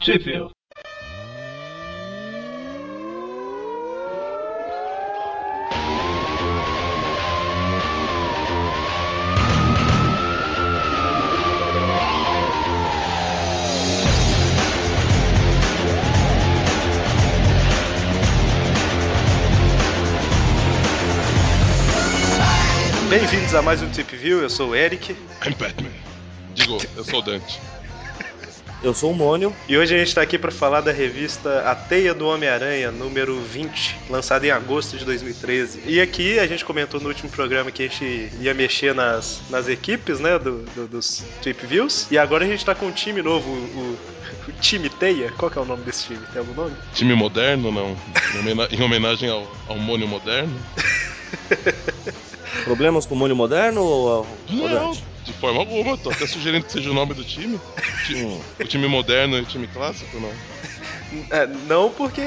Sheffield. Bem-vindos a mais um Tip View, eu sou o Eric. I'm Batman. Digo, eu sou o Dante. Eu sou o Mônio. E hoje a gente está aqui para falar da revista A Teia do Homem-Aranha, número 20, lançada em agosto de 2013. E aqui a gente comentou no último programa que a gente ia mexer nas, nas equipes, né, do, do- dos Trip Views. E agora a gente tá com um time novo, o, o- o Time Teia. Qual que é o nome desse time? Tem algum nome? Time moderno, não. Em homena- Em homenagem ao, ao Mônio moderno? Problemas com o Mônio Moderno ou ou Não, Dante? de forma alguma. Tô até sugerindo que seja o nome do time. Ti- O time moderno e o time clássico, não. É, não, porque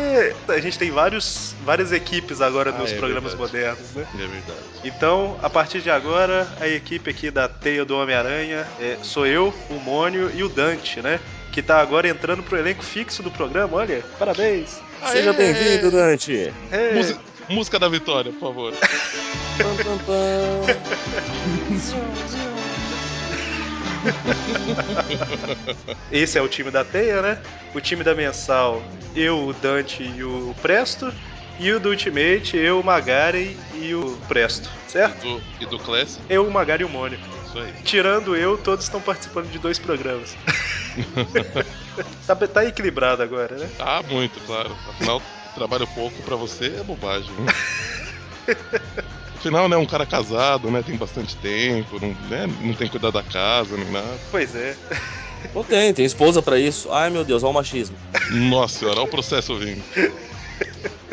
a gente tem vários, várias equipes agora Ah, nos é programas verdade. modernos, né? É verdade. Então, a partir de agora, a equipe aqui da Teia do Homem-Aranha é, sou eu, o Mônio e o Dante, né? Que tá agora entrando pro elenco fixo do programa, olha, parabéns! Seja Aê! bem-vindo, Dante. É. Musi- Música da vitória, por favor. Pam, pam, pam. Esse é o time da Teia, né? O time da Mensal, eu, o Dante e o Presto. E o do Ultimate, eu, o Magaren e o Presto, certo? Do, e do clássico, Eu, o Magaren e o Mônio. isso aí. Tirando eu, todos estão participando de dois programas. tá, tá equilibrado agora, né? Ah, muito, claro. Afinal, trabalho pouco pra você é bobagem. né? Afinal, né, um cara casado, né, tem bastante tempo, não, né, não tem que cuidar da casa, nem nada. Pois é. Não tem, tem esposa pra isso. Ai meu Deus, olha o machismo. Nossa senhora, olha o processo vindo.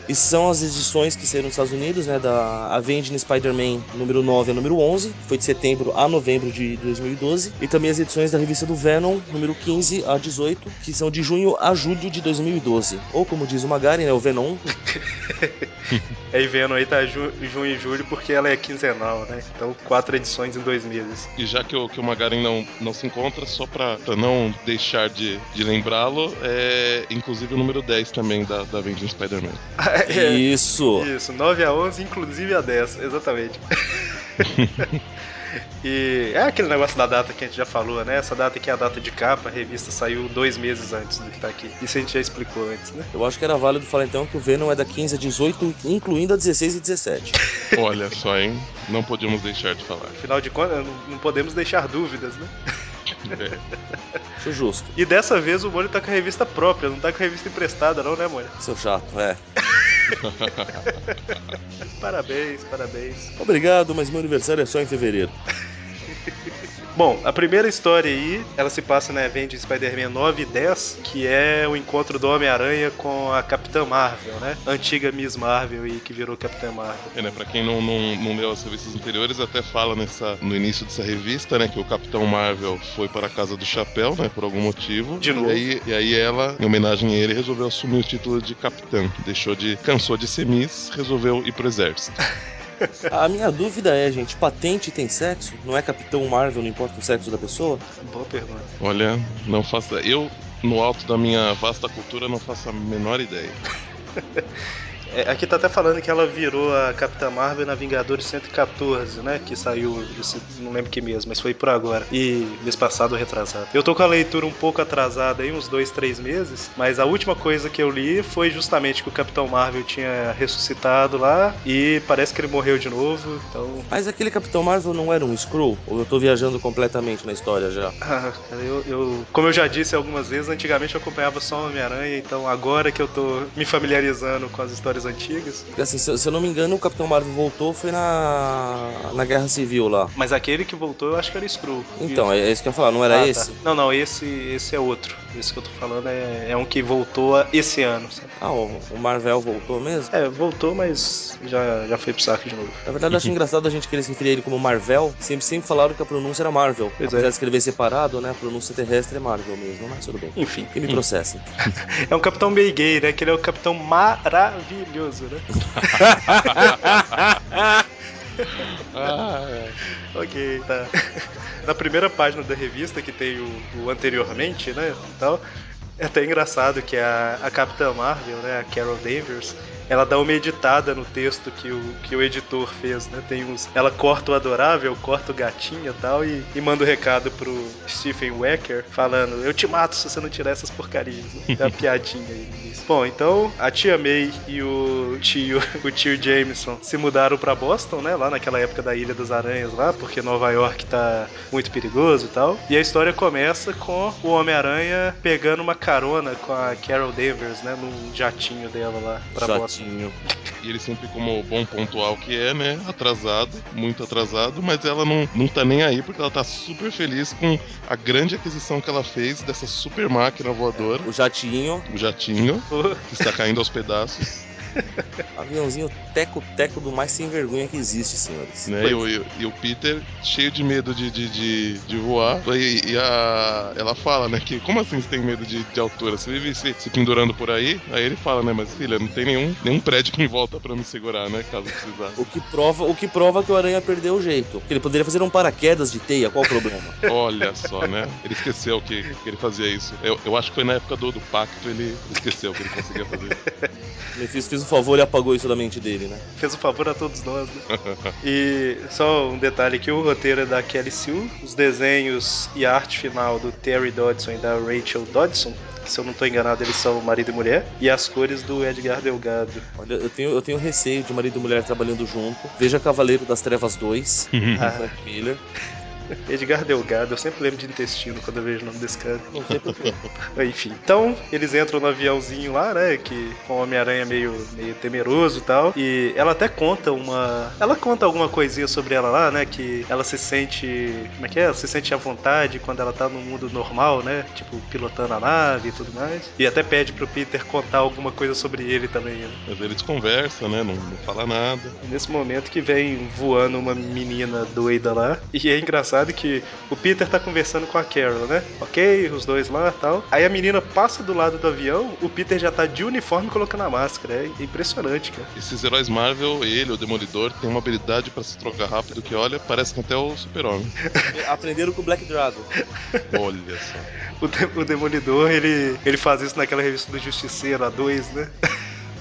E são as edições que saíram nos Estados Unidos, né? Da Avenging Spider-Man número 9 a número 11, que foi de setembro a novembro de 2012. E também as edições da revista do Venom, número 15 a 18, que são de junho a julho de 2012. Ou como diz o Magari, né? O Venom. Aí vendo aí tá ju- junho e julho porque ela é quinzenal, né? Então quatro edições em dois meses. E já que o, que o Magaren não, não se encontra, só pra, pra não deixar de, de lembrá-lo, é inclusive o número 10 também da, da Avenging Spider-Man. Isso. Isso, 9 a 11, inclusive a 10, exatamente. e é aquele negócio da data que a gente já falou, né? Essa data aqui é a data de capa, a revista saiu dois meses antes do que tá aqui. Isso a gente já explicou antes, né? Eu acho que era válido falar então que o Venom é da 15 a 18, incluindo a 16 e 17. Olha só, hein? Não podíamos deixar de falar. Afinal de contas, não- não podemos deixar dúvidas, né? É, Acho justo. E dessa vez o Mônio tá com a revista própria, não tá com a revista emprestada, não, né, Mônio? Seu chato, é. Parabéns, parabéns. Obrigado, mas meu aniversário é só em fevereiro. Bom, a primeira história aí, ela se passa na Avengers Spider-Man 9 e 10, que é o encontro do Homem-Aranha com a Capitã Marvel, né? Antiga Miss Marvel e que virou Capitã Marvel. é, né, pra quem não, não, não leu as revistas anteriores, até fala nessa, no início dessa revista, né, que o Capitão Marvel foi para a casa do Chapéu, né, por algum motivo. De novo. E aí, e aí ela, em homenagem a ele, resolveu assumir o título de Capitã. Deixou de... Cansou de ser Miss, resolveu ir pro exército. A minha dúvida é, gente, patente tem sexo? Não é Capitão Marvel, não importa o sexo da pessoa? Boa pergunta. Olha, não faço. Eu, no alto da minha vasta cultura, não faço a menor ideia. É, aqui tá até falando que ela virou a Capitã Marvel na Vingadores 114, né? Que saiu, esse- não lembro que mês, mas foi por agora. E mês passado ou retrasado. Eu tô com a leitura um pouco atrasada aí, uns dois, três meses. Mas a última coisa que eu li foi justamente que o Capitão Marvel tinha ressuscitado lá. E parece que ele morreu de novo. Então. Mas aquele Capitão Marvel não era um Skrull? Ou eu tô viajando completamente na história já? Ah, cara, eu, eu- Como eu já disse algumas vezes, antigamente eu acompanhava só Homem-Aranha, então agora que eu tô me familiarizando com as histórias antigas. Porque assim, se eu, se eu não me engano, o Capitão Marvel voltou foi na, na Guerra Civil lá. Mas aquele que voltou eu acho que era Screw. Então, é, é isso que eu ia falar, não era Ah, tá. esse? Não, não, esse, esse é outro. Esse que eu tô falando é, é um que voltou a- esse ano. sabe? Ah, o, o Marvel voltou mesmo? É, voltou, mas já, já foi pro saco de novo. Na verdade, eu acho engraçado a gente querer se referir a ele como Marvel. Sempre, sempre falaram que a pronúncia era Marvel. Pois é. Apesar de escrever separado, né? A pronúncia terrestre é Marvel mesmo, mas tudo bem. Enfim, Que me processem. é um capitão meio gay, né? Que ele é o capitão maravilhoso, né? Ah, é. ok, tá. Na primeira página da revista, que tem o, o anteriormente, né? e Tal, É até engraçado que a, a Capitã Marvel, né, a Carol Danvers, ela dá uma editada no texto que o, que o editor fez, né? Tem uns. Ela corta o adorável, corta o gatinha tal, e tal, e manda o um recado pro Stephen Wecker falando: Eu te mato se você não tirar essas porcarias. Né? É uma piadinha aí nisso. Bom, então a tia May e o tio, o tio Jameson se mudaram para Boston, né? Lá naquela época da Ilha das Aranhas lá, porque Nova York tá muito perigoso e tal. E a história começa com o Homem-Aranha pegando uma carona com a Carol Danvers, né? Num jatinho dela lá pra Jatinho. Boston. E ele sempre, como bom pontual que é, né? Atrasado, muito atrasado, mas ela não, não tá nem aí porque ela tá super feliz com a grande aquisição que ela fez dessa super máquina voadora. É, o jatinho. O jatinho, que está caindo aos pedaços. Aviãozinho teco-teco do mais sem vergonha que existe, senhores. Né? E, o, e, o Peter cheio de medo de, de, de, de voar. E, e, a, ela fala, né? Que como assim você tem medo de, de altura? Você vive se, se, pendurando por aí? Aí ele fala, né? Mas filha, não tem nenhum, nenhum prédio em volta pra me segurar, né? Caso precisar. o, que prova, o que prova que o Aranha perdeu o jeito. Porque ele poderia fazer um paraquedas de teia, qual o problema? Olha só, né? Ele esqueceu que, que ele fazia isso. Eu, eu acho que foi na época do, do pacto, ele esqueceu que ele conseguia fazer isso. Mephisto fez um favor e apagou isso da mente dele, né? Fez um favor a todos nós, né? e só um detalhe aqui, o roteiro é da Kelly Sue, os desenhos e a arte final do Terry Dodson e da Rachel Dodson, se eu não estou enganado, eles são marido e mulher, e as cores do Edgar Delgado. Olha, eu tenho, eu tenho receio de marido e mulher trabalhando junto. Veja Cavaleiro das Trevas 2, ah. Miller. Edgar Delgado, eu sempre lembro de intestino quando eu vejo o nome desse cara. Não tem Enfim, então eles entram no aviãozinho lá, né? Que com o Homem-Aranha meio, meio temeroso e tal. E ela até conta uma. Ela conta alguma coisinha sobre ela lá, né? Que ela se sente. Como é que é? Ela se sente à vontade quando ela tá no mundo normal, né? Tipo, pilotando a nave e tudo mais. E até pede pro Peter contar alguma coisa sobre ele também. Né? Mas eles conversam, né? Não, não fala nada. Nesse momento que vem voando uma menina doida lá. E é engraçado que o Peter tá conversando com a Carol, né? Ok, os dois lá tal. Aí a menina passa do lado do avião, o Peter já tá de uniforme colocando a máscara. É impressionante, cara. Esses heróis Marvel, ele, o Demolidor, tem uma habilidade para se trocar rápido que, olha, parece que até o Super-Homem. Aprenderam com o Black Dragon. olha só. O, de o Demolidor, ele, ele faz isso naquela revista do Justiceiro, a 2, né?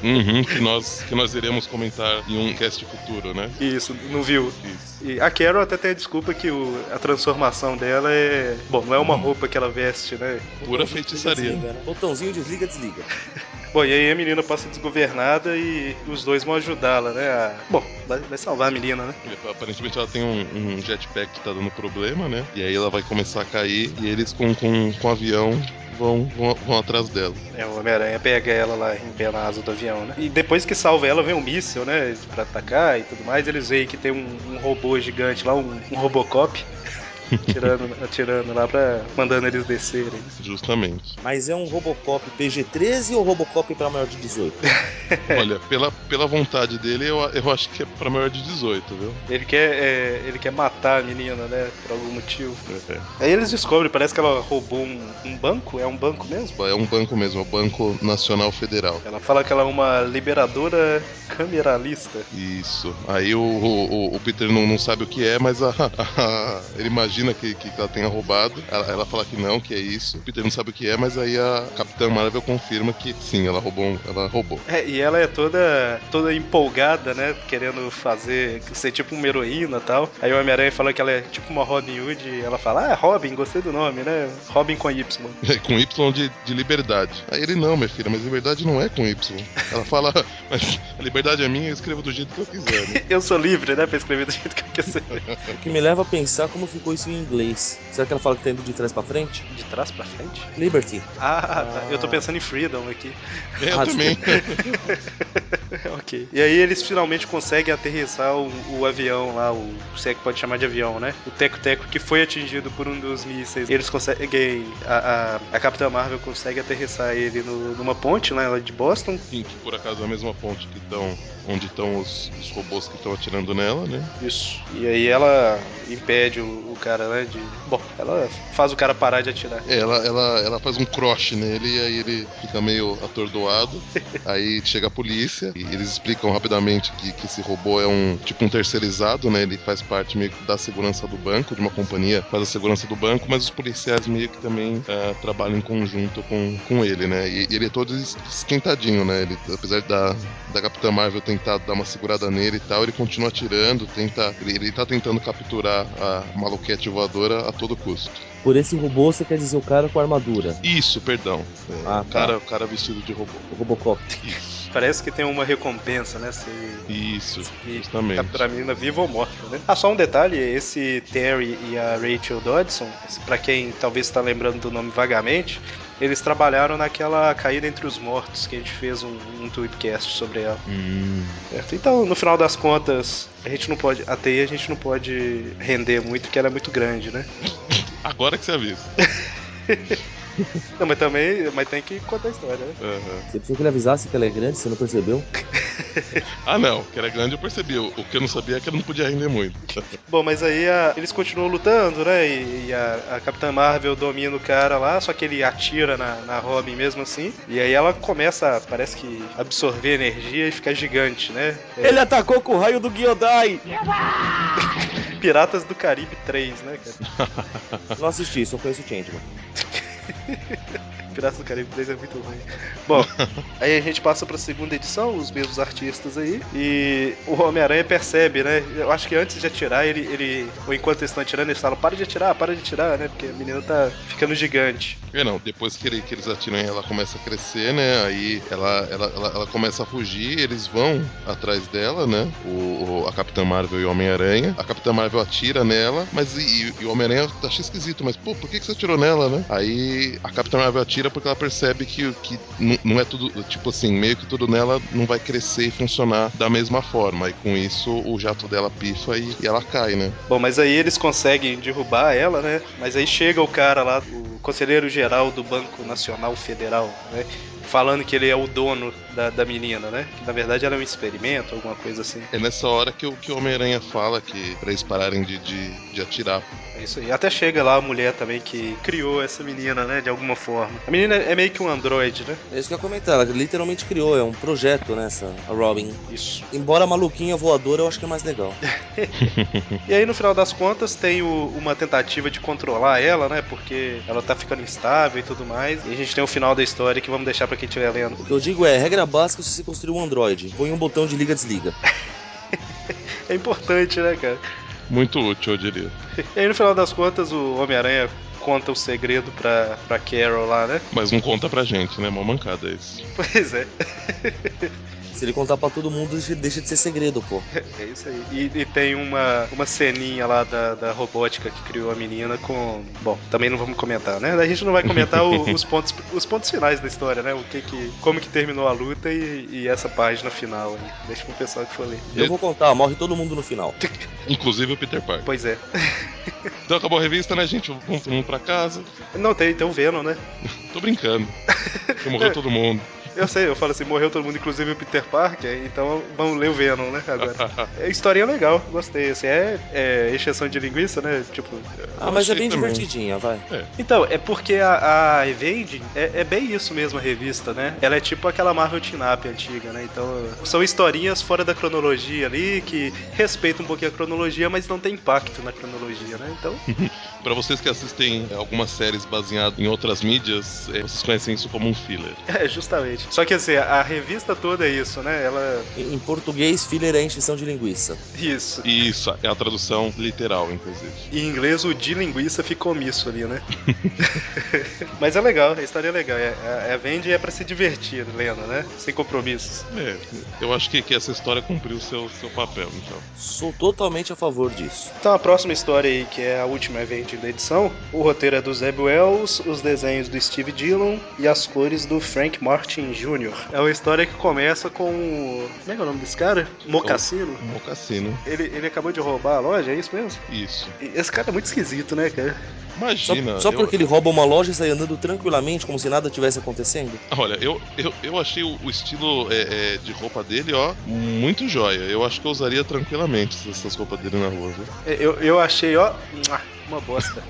Uhum, que nós, que nós iremos comentar em um cast futuro, né? Isso, não viu? Isso. E a Carol até tem a desculpa que o, a transformação dela é. Bom, não é uma hum. roupa que ela veste, né? Pura Botãozinho feitiçaria. Desliga, né? Botãozinho desliga, desliga. Bom, e aí a menina passa desgovernada e os dois vão ajudá-la, né? A... Bom, vai, vai, salvar a menina, né? Aparentemente ela tem um, um, jetpack que tá dando problema, né? E aí ela vai começar a cair e eles com, com, com o avião Vão, vão, vão, atrás dela. É, o Homem-Aranha pega ela lá em pé na asa do avião, né? E depois que salva ela, vem um míssil, né? Pra atacar e tudo mais. Eles veem que tem um, um robô gigante lá, um, um Robocop. atirando, atirando lá pra. mandando eles descerem. Justamente. Mas é um Robocop PG-13 ou Robocop pra maior de 18? Olha, pela, pela vontade dele, eu, eu acho que é pra maior de 18, viu? Ele quer, é, ele quer matar a menina, né? Por algum motivo. É. Aí eles descobrem, parece que ela roubou um, um, banco. É um banco mesmo? É um banco mesmo, é o Banco Nacional Federal. Ela fala que ela é uma liberadora cameralista. Isso. Aí o, o, o Peter não, não sabe o que é, mas a, a, ele imagina imagina que, que, ela tenha roubado. Ela, ela, fala que não, que é isso. Peter não sabe o que é, mas aí a Capitã Marvel confirma que sim, ela roubou. um, Ela roubou. É, e ela é toda toda empolgada, né? Querendo fazer, ser tipo uma heroína tal. Aí o Homem-Aranha fala que ela é tipo uma Robin Hood. ela fala, ah, Robin, gostei do nome, né? Robin com Y. É, com Y de, de liberdade. Aí ele, não, minha filha, mas liberdade não é com Y. Ela fala, mas a liberdade é minha, eu escrevo do jeito que eu quiser. Né? eu sou livre, né? Pra escrever do jeito que eu quiser. o que me leva a pensar como ficou isso em inglês. Será que ela fala que tá indo de trás pra frente? De trás pra frente? Liberty. Ah, ah. eu tô pensando em Freedom aqui. Eu ah, também. ok. E aí eles finalmente conseguem aterrissar o, o, avião lá, o se é que pode chamar de avião, né? O Teco-Teco que foi atingido por um dos mísseis. Eles conseguem. A, a, a Capitã Marvel consegue aterrissar ele no, numa ponte né, lá de Boston. Sim, que por acaso é a mesma ponte que estão. onde estão os, os robôs que estão atirando nela, né? Isso. E aí ela impede o, o cara, né? De... Bom, ela faz o cara parar de atirar. É, Ela, ela, ela faz um croche nele e aí ele fica meio atordoado. aí chega a polícia, E eles explicam rapidamente que, que esse robô é um tipo um terceirizado, né? Ele faz parte meio que da segurança do banco, de uma companhia faz a segurança do banco, mas os policiais meio que também ah, trabalham em conjunto com, com ele, né? E, e ele é todo es- esquentadinho, né? Ele, apesar da, da Capitã Marvel tentar dar uma segurada nele e tal, ele continua atirando, tenta. Ele, ele tá tentando capturar a maluquete voadora a todo custo. Por esse robô, você quer dizer o cara com a armadura. Isso, perdão. É, Ah, tá. cara, o cara vestido de robô. O Robocop. Isso. Parece que tem uma recompensa, né? Se ele Isso, E justamente. capturar a menina viva ou morta, né? Ah, só um detalhe, esse Terry e a Rachel Dodson, pra quem talvez está lembrando do nome vagamente, eles trabalharam naquela Caída Entre os Mortos, que a gente fez um, um tweetcast sobre ela. Hum. certo? Então, no final das contas, a gente não pode. A TI a gente não pode render muito, porque ela é muito grande, né? Agora que você avisa. Não, mas também. Mas tem que contar a história, né? Aham. Você precisa que ele avisasse que ela é grande, você não percebeu? Ah, não, que era grande eu percebi. O o que eu não sabia é que ela não podia render muito. Bom, mas aí a- eles continuam lutando, né? E, e a, a Capitã Marvel domina o cara lá, só que ele atira na, na Robin mesmo assim. E aí ela começa, parece que, absorver energia e ficar gigante, né? É, Ele atacou com o raio do Giodai! Piratas do Caribe 3, né, cara? Não assisti, só conheço o Changeman. Piratas do Caribe 3 é muito ruim. Bom, aí a gente passa pra segunda edição, os mesmos artistas aí. E o Homem-Aranha percebe, né? Eu acho que antes de atirar, ele, ele. Ou enquanto eles estão atirando, eles falam: para de atirar, para de atirar, né? Porque a menina tá ficando gigante. É, não, depois que, ele- que eles atiram, ela começa a crescer, né? Aí ela, ela, ela, ela começa a fugir, eles vão atrás dela, né? O, o- a Capitã Marvel e o Homem-Aranha. A Capitã Marvel atira nela, mas e, e- e o Homem-Aranha acha esquisito, mas pô, por que, que você atirou nela, né? Aí a Capitã Marvel atira porque ela percebe que, o- que nu- não é tudo, tipo assim, meio que tudo nela não vai crescer e funcionar da mesma forma. E com isso o jato dela pifa e, e ela cai, né? Bom, mas aí eles conseguem derrubar ela, né? Mas aí chega o cara lá, o conselheiro geral do Banco Nacional Federal, né? Falando que ele é o dono da, da menina, né? Que na verdade era um experimento, alguma coisa assim. É nessa hora que, o- que o Homem-Aranha fala que pra eles pararem de, de, de atirar É isso aí. Até chega lá a mulher também que criou essa menina, né? De alguma forma. A menina é meio que um androide, né? É isso que eu ia comentar, ela literalmente criou, é um projeto nessa, a Robin. Isso. Embora a maluquinha voadora, eu acho que é mais legal. E aí, no final das contas, tem o- uma tentativa de controlar ela, né? Porque ela tá ficando instável e tudo mais. E a gente tem o final da história que vamos deixar pra quem estiver lendo. O que eu digo é, regra básica se você construir um Android, põe um botão de liga-desliga. É importante, né, cara? Muito útil, eu diria. E aí, no final das contas, o Homem-Aranha conta o segredo pra, pra Carol lá, né? Mas não conta pra gente, né? Mó mancada isso. Pois é, Se ele contar pra todo mundo, deixa- deixa de ser segredo, pô. é isso aí. E, e tem uma, uma ceninha lá da, da robótica que criou a menina com. Bom, também não vamos comentar, né? A gente não vai comentar o- os, pontos, os pontos finais da história, né? O que que, como que terminou a luta e, e essa página final aí. Deixa pro pessoal que for ler. Eu vou contar, morre todo mundo no final. Inclusive o Peter Parker. Pois é. Então acabou a revista, né, gente? Vamos todo mundo pra casa. Não, tem, tem o Venom, né? Tô brincando. Que morreu todo mundo. Eu sei, eu falo assim, morreu todo mundo, inclusive o Peter Parker, então vamos ler o Venom, né? Agora. É historinha legal, gostei. Assim, é, é exceção de linguiça, né? Tipo. Ah, mas é achei bem também. divertidinha, vai. Então, é porque a, a Evade é, é bem isso mesmo a revista, né? Ela é tipo aquela Marvel Tinap antiga, né? Então, são historinhas fora da cronologia ali, que respeitam um pouquinho a cronologia, mas não tem impacto na cronologia, né? Então, Pra vocês que assistem é, algumas séries baseadas em outras mídias, é, vocês conhecem isso como um filler. é justamente. Só que assim, a revista toda é isso, né? Ela. Em em português, filler é encheção de linguiça. Isso. E isso é a tradução literal, inclusive. Em inglês, o de linguiça ficou omisso ali, né? Mas é legal, a história é legal. É, é, é vende e é pra se divertir lendo, né? Sem compromissos. É, eu acho que, que essa história cumpriu seu, seu papel, então. Sou totalmente a favor disso. Então a próxima história aí, que é a última event da edição, o roteiro é do Zeb Wells, os desenhos do Steve Dillon e as cores do Frank Martin Jr. É uma história que começa com... o- Como é que é o nome desse cara? Mocassino? Um mocassino. Ele, ele acabou de roubar a loja, é isso mesmo? Isso. E Esse cara é muito esquisito, né, cara? Só, Imagina. só eu- porque ele rouba uma loja e sai andando tranquilamente, como se nada tivesse acontecendo? Olha, eu, eu, eu achei o, o estilo é, é, de roupa dele, ó, muito joia. Eu acho que eu usaria tranquilamente essas, essas roupas dele na rua, viu? É, Eu, eu achei, ó, uma bosta.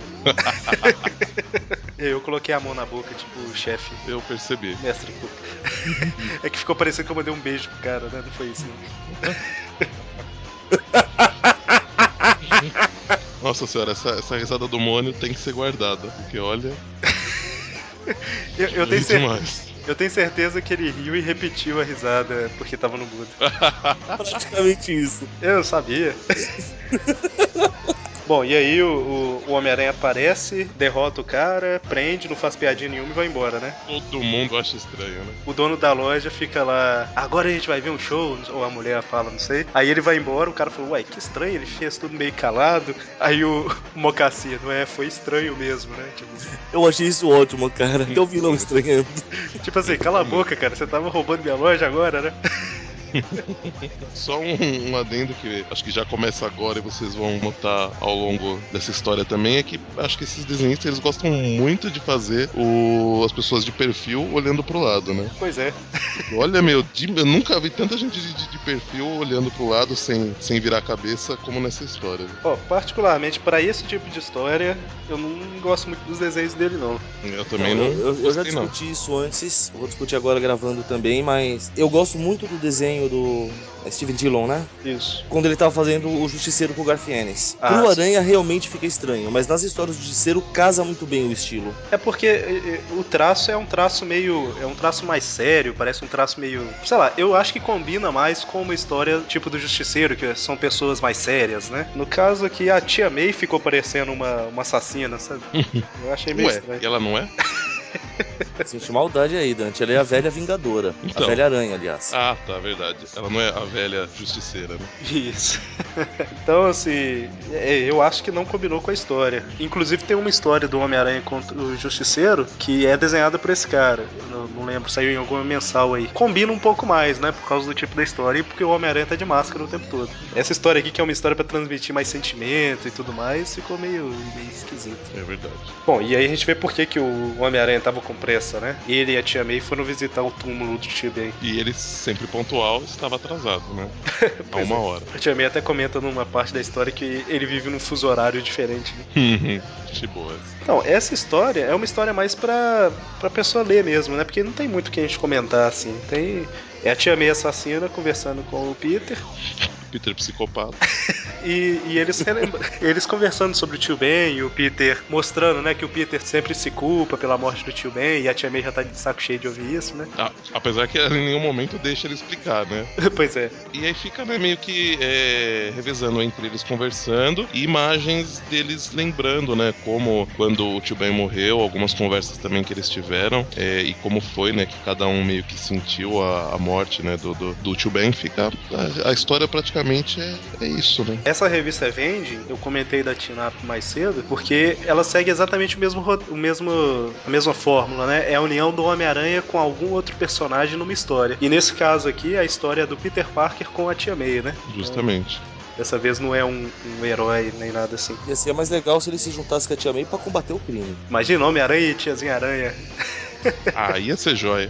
Eu coloquei a mão na boca, tipo, o chefe, Eu percebi. mestre Cook. é que ficou parecendo que eu mandei um beijo pro cara, né? Não foi isso. né? Nossa senhora, essa, essa risada do Mônio tem que ser guardada, porque olha, Eu, eu tenho ri cer- demais. eu tenho certeza que ele riu e repetiu a risada porque tava no mudo. Tá. Praticamente isso. Eu sabia. Bom, e aí o, o- o Homem-Aranha aparece, derrota o cara, prende, não faz piadinha nenhuma e vai embora, né? Todo mundo acha estranho, né? O dono da loja fica lá, agora a gente vai ver um show, ou a mulher fala, não sei. Aí ele vai embora, o cara falou, uai, que estranho, ele fez tudo meio calado. Aí o, o Mocassino, é, foi estranho mesmo, né? Tipo, Eu achei isso ótimo, cara. Hum. Até o vilão estranhando. tipo assim, cala a boca, cara, você tava roubando minha loja agora, né? Só um, um adendo que acho que já começa agora e vocês vão notar ao longo dessa história também é que acho que esses desenhistas eles gostam muito de fazer o- as pessoas de perfil olhando pro lado, né? Pois é. Olha, meu, de- eu nunca vi tanta gente de, de- de perfil olhando pro lado sem, sem virar a cabeça como nessa história. né? viu? Ó, particularmente pra esse tipo de história, eu não gosto muito dos desenhos dele, não. Eu também Não, não. eu, eu já gostei, não. discuti isso antes, vou discutir agora gravando também, mas eu gosto muito do desenho do Steve Dillon, né? Isso. Quando ele tava fazendo o Justiceiro com o Garfienes. Ah, Pro sim. Aranha realmente fica estranho, mas nas histórias do Justiceiro casa muito bem o estilo. É porque eh, eh, o traço é um traço meio. É um traço mais sério, parece um traço meio. Sei lá, eu acho que combina mais com uma história tipo do Justiceiro, que são pessoas mais sérias, né? No caso aqui, a tia May ficou parecendo uma, uma assassina, sabe? Eu achei meio Ué, estranho. e ela não é? Sente maldade aí, Dante. Ela é a velha Vingadora. Então. A velha Aranha, aliás. Ah, tá, verdade. Ela não é a velha justiceira, né? Isso. então, assim, é, eu acho que não combinou com a história. Inclusive, tem uma história do Homem-Aranha contra o Justiceiro que é desenhada por esse cara. Eu não, não lembro, saiu em alguma mensal aí. Combina um pouco mais, né? Por causa do tipo da história e porque o Homem-Aranha tá de máscara o tempo todo. Essa história aqui, que é uma história pra transmitir mais sentimento e tudo mais, ficou meio, meio esquisito. É verdade. Bom, e aí a gente vê por que, que o Homem-Aranha tava com pressa, né? Ele e a Tia May foram visitar o túmulo do Tia May. E ele, sempre pontual, estava atrasado, né? Há Pois uma é. hora. A Tia May até comenta numa parte da história que ele vive num fuso horário diferente, né? De boas. Então, essa história é uma história mais pra, pra pessoa ler mesmo, né? Porque não tem muito o que a gente comentar, assim. Tem... É a tia meia assassina conversando com o Peter Peter psicopata. e, e eles, relembra- eles conversando sobre o tio Ben e o Peter mostrando, né, que o Peter sempre se culpa pela morte do tio Ben e a tia meia já tá de saco cheio de ouvir isso, né? Ah, apesar que ela em nenhum momento deixa ele explicar, né? pois é. E aí fica né, meio que é, revezando entre eles conversando e imagens deles lembrando, né? Como quando o tio Ben morreu, algumas conversas também que eles tiveram é, e como foi, né? Que cada um meio que sentiu a, a morte, né? Do, do, do tio Ben. Fica. A, a história praticamente é, é isso, né? Essa revista Vending, eu comentei da Tinap mais cedo, porque ela segue exatamente o mesmo, ro- o mesmo a mesma fórmula, né? É a união do Homem-Aranha com algum outro personagem numa história. E nesse caso aqui, a história é do Peter Parker com a Tia May, né? Justamente. Dessa vez não é um, um herói nem nada assim. Ia ser mais legal se ele se juntasse com a Tia May pra combater o crime. Imagina Homem-Aranha e Tiazinha Aranha. Ah, ia ser joia.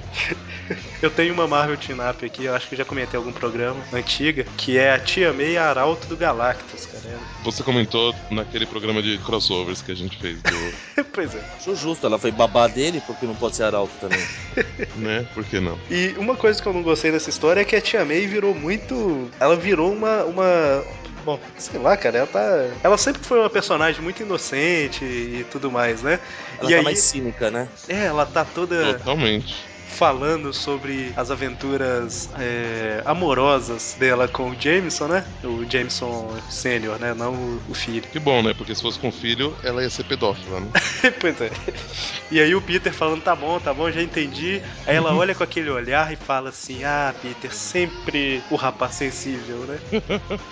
Eu tenho uma Marvel Tinap aqui, eu acho que eu já comentei em algum programa antiga, que é a Tia May Arauto do Galactus, cara. Você comentou naquele programa de crossovers que a gente fez do. pois é. Acho justo, ela foi babá dele, porque não pode ser arauto também. né? Por que não? E uma coisa que eu não gostei dessa história é que a Tia May virou muito. Ela virou uma. uma... Bom, sei lá, cara, ela tá. Ela sempre foi uma personagem muito inocente e tudo mais, né? Ela e tá aí, mais cínica, né? é, ela tá toda Totalmente. falando sobre as aventuras é, amorosas dela com o Jameson, né? O Jameson Sênior, né? Não o- o filho. Que bom, né? Porque se fosse com filho, ela ia ser pedófila, né? pois é. E aí o Peter falando, tá bom, tá bom, já entendi. Aí ela olha com aquele olhar e fala assim, ah, Peter, sempre o rapaz sensível, né?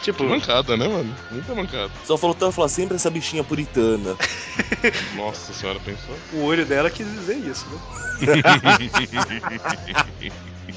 tipo, Mancada, né, mano? Muita mancada. Só faltou ela falar sempre essa bichinha puritana. Nossa senhora, pensou? o olho dela quis dizer isso, né?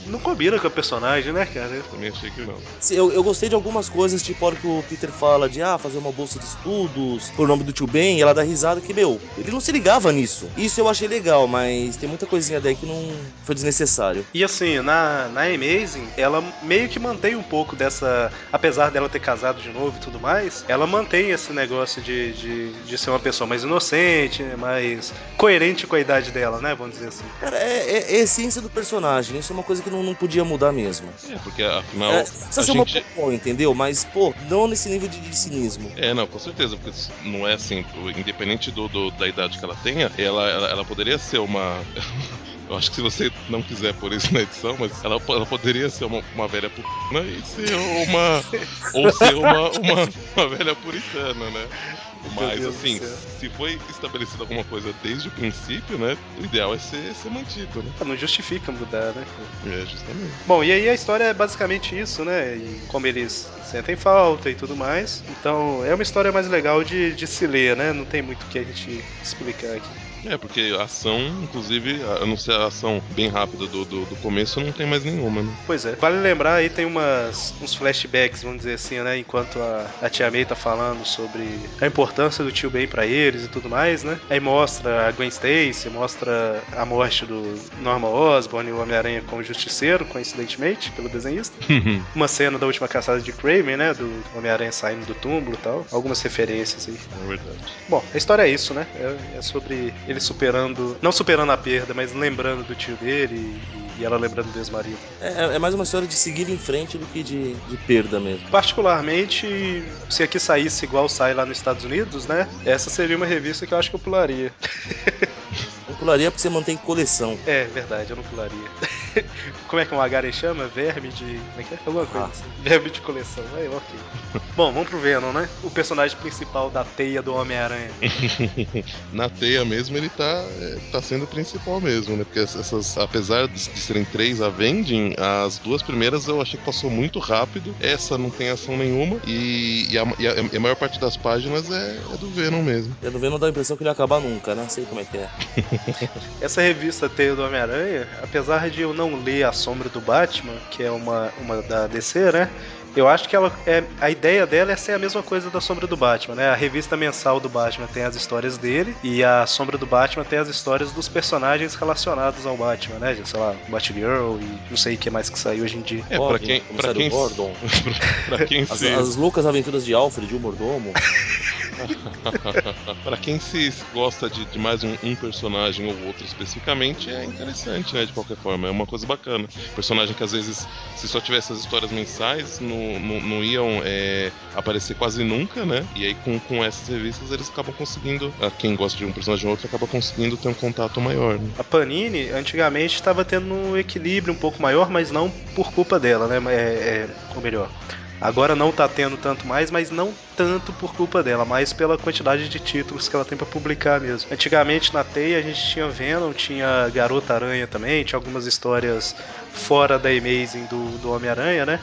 Não combina com a personagem, né, cara? Também achei que não. Sim, Eu, eu gostei de algumas coisas, tipo a hora que o Peter fala de ah, fazer uma bolsa de estudos por nome do tio Ben, e ela dá risada que, meu, ele não se ligava nisso. Isso eu achei legal, mas tem muita coisinha daí que não foi desnecessário. E assim, na, na Amazing, ela meio que mantém um pouco dessa. Apesar dela ter casado de novo e tudo mais, ela mantém esse negócio de, de, de ser uma pessoa mais inocente, mais coerente com a idade dela, né? Vamos dizer assim. Cara, é, é- é a essência do personagem, isso é uma coisa que não, não podia mudar mesmo. É, porque afinal. É, a precisa ser uma gente- popó, entendeu? Mas, pô, não nesse nível de, de cinismo. É, não, com certeza, porque isso não é assim, independente do, do- da idade que ela tenha, ela, ela, ela poderia ser uma. Eu acho que se você não quiser pôr isso na edição, mas ela, po- ela poderia ser uma, uma velha puritana e ser uma. ou ser uma, uma, uma velha puritana, né? Deus Mas do assim, céu. se foi estabelecida alguma coisa desde o princípio, né? O ideal é ser, ser mantido, né? Não justifica mudar, né? cara? É, justamente. Bom, e aí a história é basicamente isso, né? E como eles sentem falta e tudo mais. Então é uma história mais legal de, de se ler, né? Não tem muito o que a gente explicar aqui. É, porque a ação, inclusive, a a não ser a ação bem rápida do, do, do começo, não tem mais nenhuma, né? Pois é, vale lembrar aí tem umas, uns flashbacks, vamos dizer assim, né? Enquanto a, a tia May tá falando sobre a importância do tio Ben pra eles e tudo mais, né? Aí mostra a Gwen Stacy, mostra a morte do Norman Osborn e o Homem-Aranha como justiceiro, coincidentemente, pelo desenhista. É Uma cena da última caçada de Kraven, né? Do Homem-Aranha saindo do túmulo e tal. Algumas referências aí. é verdade. Bom, a história é isso, né? É, é sobre ele superando, não superando a perda, mas lembrando do tio dele e, e ela lembrando do ex-marido. É, é mais uma história de seguir em frente do que de, de perda mesmo. Particularmente, se aqui saísse igual sai lá nos Estados Unidos, né? Essa seria uma revista que eu acho que eu pularia. Eu pularia porque você mantém coleção. É, verdade, eu não pularia. Como é que o Magaren chama? Verme de. Como é que é? Alguma coisa Ah. assim. Verme de coleção. Aí, ok. Bom, vamos pro Venom, né? O personagem principal da teia do Homem-Aranha. Na teia mesmo, ele tá, é, tá sendo o principal mesmo, né? Porque essas, apesar de, de serem três a vending, as duas primeiras eu achei que passou muito rápido. Essa não tem ação nenhuma. E, e a, e a- e a maior parte das páginas é, é do Venom mesmo. Eu não vejo, não dá a impressão que ele ia acabar nunca, né? Sei como é que é. Essa revista Teia do Homem-Aranha, apesar de eu não ler A Sombra do Batman, que é uma, uma da DC, né? Eu acho que ela é, a ideia dela é ser a mesma coisa da Sombra do Batman, né? A revista mensal do Batman tem as histórias dele e a Sombra do Batman tem as histórias dos personagens relacionados ao Batman, né? Sei lá, Batgirl e não sei o que mais que saiu hoje em dia. É, pra Gordon, quem. Pra Comissário quem, Gordon. pra, pra quem As, se. as loucas aventuras de Alfred, o mordomo. Pra quem se gosta de, de mais um, um personagem ou outro especificamente, é interessante, né? De qualquer forma, é uma coisa bacana. Personagem que às vezes, se só tivesse as histórias mensais, não, não, não iam é, aparecer quase nunca, né? E aí com, com essas revistas eles acabam conseguindo, a quem gosta de um personagem ou outro, acaba conseguindo ter um contato maior, né? A Panini, antigamente, estava tendo um equilíbrio um pouco maior, mas não por culpa dela, né? É, é, ou melhor, agora não tá tendo tanto mais, mas não tanto por culpa dela, mas pela quantidade de títulos que ela tem pra publicar mesmo. Antigamente, na Teia, a gente tinha Venom, tinha Garota Aranha também, tinha algumas histórias fora da Amazing do, do Homem-Aranha, né?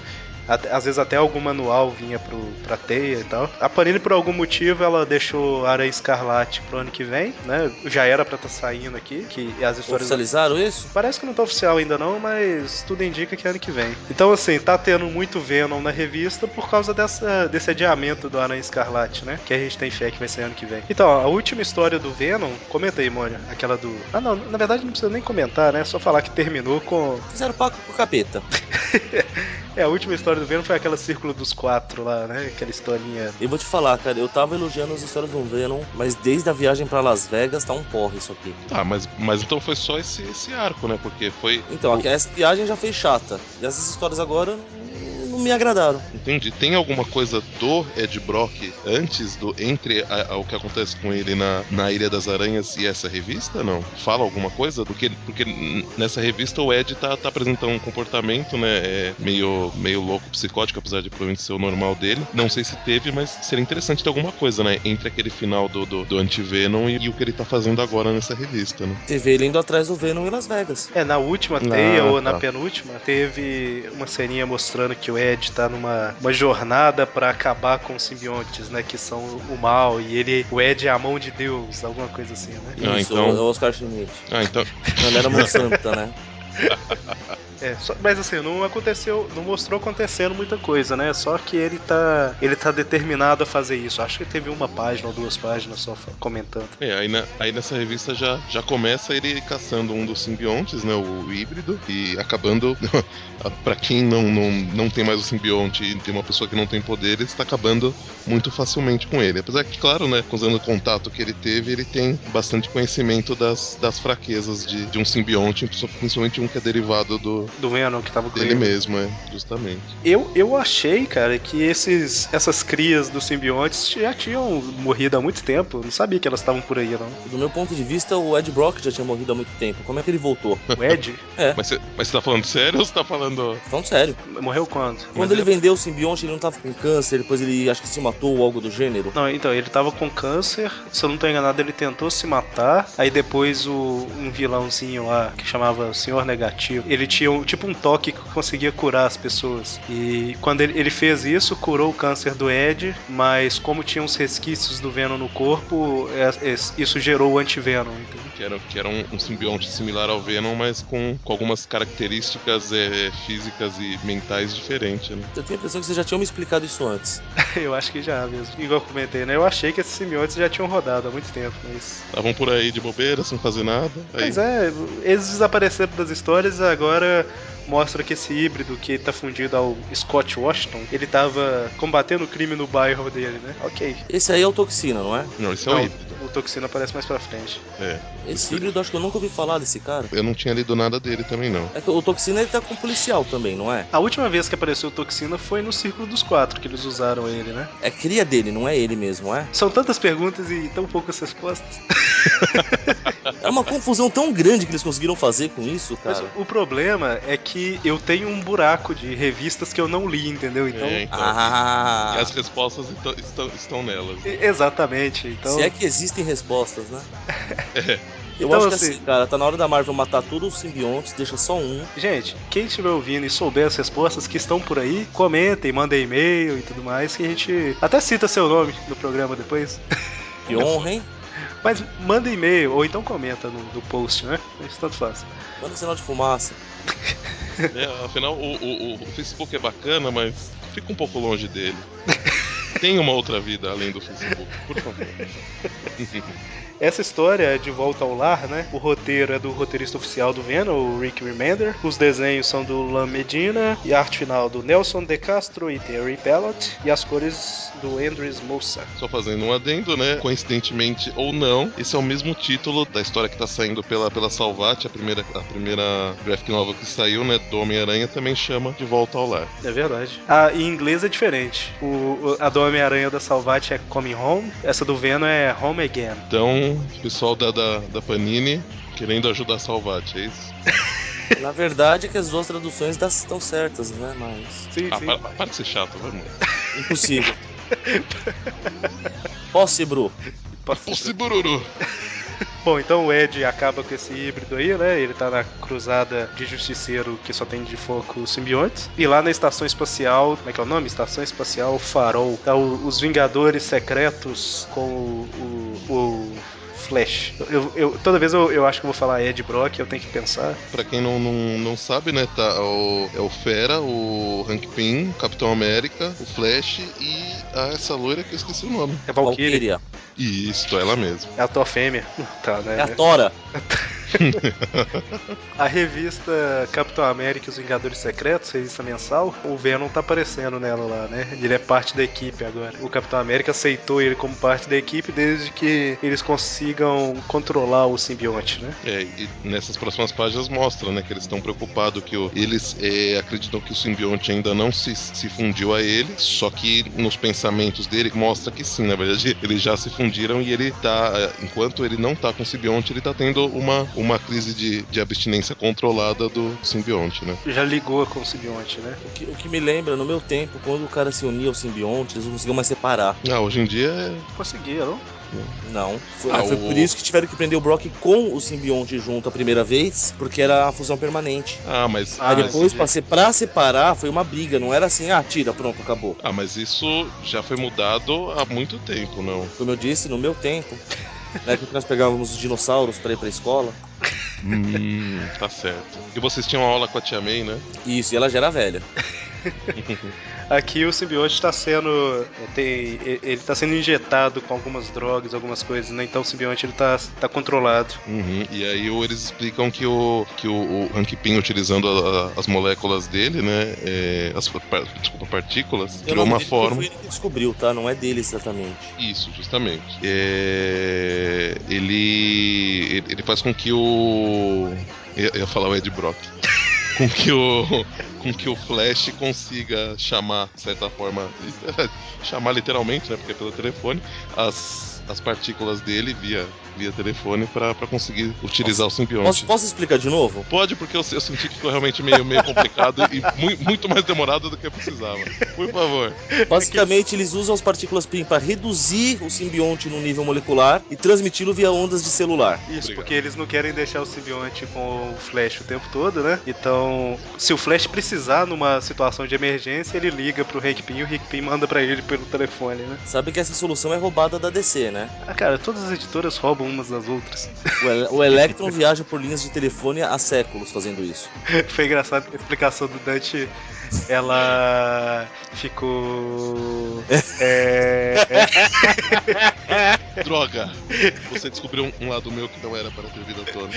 Até- Às vezes até algum manual vinha pro, pra teia e tal. A Panini, por algum motivo, ela deixou Aranha Escarlate pro ano que vem, né? Já era pra estar saindo aqui, que as histórias... Oficializaram isso? Parece que não tá oficial ainda não, mas tudo indica que é ano que vem. Então, assim, tá tendo muito Venom na revista por causa dessa, desse adiamento do Aranha Escarlate, né? Que a gente tem fé que vai ser ano que vem. Então, ó, a última história do Venom, comenta aí, Mônio, aquela do... Ah, não, na verdade não precisa nem comentar, né? É Só falar que terminou com... Fizeram pacto com o capeta. É, a última história do Venom foi aquela Círculo dos Quatro lá, né? Aquela historinha... Eu vou te falar, cara, eu tava elogiando as histórias do Venom, mas desde a viagem pra Las Vegas tá um porre isso aqui. Tá, mas, mas então foi só esse, esse arco, né? Porque foi. Então, o- aqui, essa viagem já foi chata. E essas histórias agora não não me agradaram. Entendi. Tem alguma coisa do Ed Brock antes do entre a- a- o que acontece com ele na, na Ilha das Aranhas e essa revista? Não. Fala alguma coisa? Porque, porque n- nessa revista o Ed tá, tá apresentando um comportamento, né? é, meio, meio louco, psicótico, apesar de provavelmente ser o normal dele. Não sei se teve, mas seria interessante ter alguma coisa, né? Entre aquele final do, do, do Anti-Venom e, e o que ele tá fazendo agora nessa revista, né? Você vê ele indo atrás do Venom em Las Vegas. É, na última teia Ah, ou na tá. penúltima, teve uma ceninha mostrando que o Ed tá numa uma jornada pra acabar com os simbiontes, né? Que são o mal, e ele. O Ed é a mão de Deus, alguma coisa assim, né? Ah, Isso, então- é o Oscar Schmidt. Ah, então. Não, ele era Monsanto, né? É, só- mas assim, não aconteceu, não mostrou acontecendo muita coisa, né? Só que ele tá, ele tá determinado a fazer isso. Acho que teve uma página ou duas páginas só fa- comentando. É, aí, na- aí nessa revista já, já começa ele caçando um dos simbiontes, né? O híbrido, e acabando. pra quem não, não, não tem mais o simbionte e tem uma pessoa que não tem poderes, tá acabando muito facilmente com ele. Apesar que, claro, né? Usando o contato que ele teve, ele tem bastante conhecimento das, das fraquezas de, de um simbionte, principalmente um que é derivado do, Do Venom que tava com dele mesmo, é, justamente. Eu, eu achei, cara, que esses, essas crias dos simbiontes já tinham morrido há muito tempo. Eu Não sabia que elas estavam por aí, não. Do meu ponto de vista, o Ed Brock já tinha morrido há muito tempo. Como é que ele voltou? O Ed Mas você mas você tá falando sério ou você tá falando. Falando sério. morreu quando? Quando é- ele vendeu o simbionte, ele não tava com câncer, depois ele acho que se matou ou algo do gênero. Não, então, ele tava com câncer, se eu não tô enganado, ele tentou se matar, aí depois o, um vilãozinho lá, que chamava Senhor Negativo, ele tinha um, tipo um toque que conseguia curar as pessoas. E quando ele, ele fez isso, curou o câncer do Ed, mas como tinha uns resquícios do Venom no corpo, é- é- isso gerou o anti-Venom, entendeu? que era, que era um, um simbionte similar ao Venom, mas com, com algumas características é, físicas e mentais diferentes, né? Eu tenho a impressão que vocês já tinham me explicado isso antes. Eu acho que já mesmo. Igual eu comentei, né? Eu achei que esses simbiontes já tinham rodado há muito tempo, mas. Estavam por aí de bobeira, sem fazer nada. Tá Aí, Mas é, eles desapareceram das histórias agora mostra que esse híbrido que tá fundido ao Scott Washington, ele tava combatendo o crime no bairro dele, né? Ok. Esse aí é o Toxina, não é? Não, esse é o Não, híbrido. o Toxina aparece mais pra frente. É. Esse híbrido, acho que eu nunca ouvi falar desse cara. Eu não tinha lido nada dele também, não. É que o Toxina, ele tá com um policial também, não é? A última vez que apareceu o Toxina foi no Círculo dos Quatro, que eles usaram ele, né? É cria dele, não é ele mesmo, não é? São tantas perguntas e tão poucas respostas. É uma confusão tão grande que eles conseguiram fazer com isso, Mas cara. o problema é que eu tenho um buraco de revistas que eu não li, entendeu? Então. É, então. Ah, E as respostas então- estão, estão nelas. né? e- Exatamente, então. se é que existem respostas, né? Eu Então, acho que assim- assim, cara, tá na hora da Marvel matar todos os simbiontes, deixa só um. Gente, quem estiver ouvindo e souber as respostas que estão por aí, comentem, mandem e-mail e tudo mais, que a gente até cita seu nome no programa depois. Que honra, hein? Mas manda e-mail, ou então comenta no, no post, né? Isso tanto faz. Manda sinal de fumaça. É, afinal, o, o- o Facebook é bacana, mas fica um pouco longe dele. Tem uma outra vida além do Facebook, por favor. Essa história é de volta ao lar, né? O roteiro é do roteirista oficial do Venom, o Rick Remender. Os desenhos são do Lan Medina e a arte final do Nelson De Castro e Terry Pellet. E as cores do Andres Moussa. Só fazendo um adendo, né? Coincidentemente ou não, esse é o mesmo título da história que tá saindo pela, pela Salvat, a primeira, a primeira graphic novel que saiu, né? Do Homem-Aranha também chama De Volta ao Lar. É verdade. A, em inglês é diferente. O, o- a do Homem-Aranha da Salvati é Coming Home, essa do Venom é Home Again. Então, pessoal da, da, da Panini querendo ajudar a Salvat, é isso? Na verdade é que as duas traduções das- estão certas, né? Mas. Sim, Ah, sim. para, para de ser chato, vamos. Impossível. Posse, Bru. Posso- assim? Pulse Bururu! Bom, então o Ed acaba com esse híbrido aí, né? Ele tá na cruzada de justiceiro que só tem de foco os simbiontes. E lá na estação espacial, como é que é o nome? Estação Espacial Farol. Tá o- os Vingadores Secretos com o. o, o Flash. Eu, eu- toda vez eu, eu acho que eu vou falar Ed Brock, eu tenho que pensar. Pra quem não, não, não sabe, né? Tá o, é o Fera, o Hank Pym, Capitão América, o Flash e a, essa loira que eu esqueci o nome. É Valkyrie. Valkyria. E Isto, ela mesma. É a tua fêmea. Tá, né? É a Tora. A revista Capitão América e os Vingadores Secretos, revista mensal, o Venom tá aparecendo nela lá, né? Ele é parte da equipe agora. O Capitão América aceitou ele como parte da equipe desde que eles consigam controlar o simbionte, né? É, e nessas próximas páginas mostra, né, que eles estão preocupados que o- eles é, acreditam que o simbionte ainda não se, se fundiu a ele, só que nos pensamentos dele mostra que sim, na verdade, eles já se fundiram e ele tá, é, enquanto ele não tá com o simbionte, ele tá tendo uma, uma crise de, de abstinência controlada do simbionte, né? Já ligou com o simbionte, né? O que, o que me lembra, no meu tempo, quando o cara se unia ao simbionte, eles não conseguiam mais separar. Ah, hoje em dia é... Conseguiram. Não. Foi, Ah, foi o- por isso que tiveram que prender o Brock com o simbionte junto a primeira vez, porque era a fusão permanente. Ah, mas... Ah, Aí depois, entendi. pra, se- pra separar, foi uma briga, não era assim, ah, tira, pronto, acabou. Ah, mas isso já foi mudado há muito tempo, não? né, Como eu disse, no meu tempo, na época que nós pegávamos os dinossauros pra ir pra escola, Hum, tá certo. E vocês tinham aula com a Tia May, né? Isso, e ela já era velha. Aqui o simbionte está sendo. é, Tem, ele está sendo injetado com algumas drogas, algumas coisas, né? Então o simbionte ele tá, tá controlado. Uhum. E aí o- eles explicam que o, que o, o Hank Pym, utilizando a- a- as moléculas dele, né? é, as par- desculpa, partículas, Eu criou não uma duvido que forma. Foi ele que descobriu, tá? Não é dele exatamente. Isso, justamente. É, ele, ele ele faz com que o. Eu eu ia falar o Ed Brock. Com que o, com que o Flash consiga chamar, de certa forma, chamar literalmente, né? Porque é pelo telefone, as, as partículas dele via, via telefone pra pra conseguir utilizar o Posso, simbionte. posso explicar de novo? Pode, porque eu, eu senti que ficou realmente meio, meio complicado e mui- muito mais demorado do que eu precisava. Por favor. Basicamente, eles usam as partículas PIN para reduzir o simbionte no nível molecular e transmiti-lo via ondas de celular. Isso, Obrigado. porque eles não querem deixar o simbionte com o Flash o tempo todo, né? Então, se o Flash precisar numa situação de emergência, ele liga pro Hank Pym e o Hank Pym manda pra ele pelo telefone, né? Sabe que essa solução é roubada da DC, né? Ah, cara, todas as editoras roubam umas das outras. O, Ele- o Electron viaja por linhas de telefone há séculos fazendo isso. Foi engraçado porque a explicação do Dante, ela ficou... É... Droga! Você descobriu um- um lado meu que não era para ter vida toda.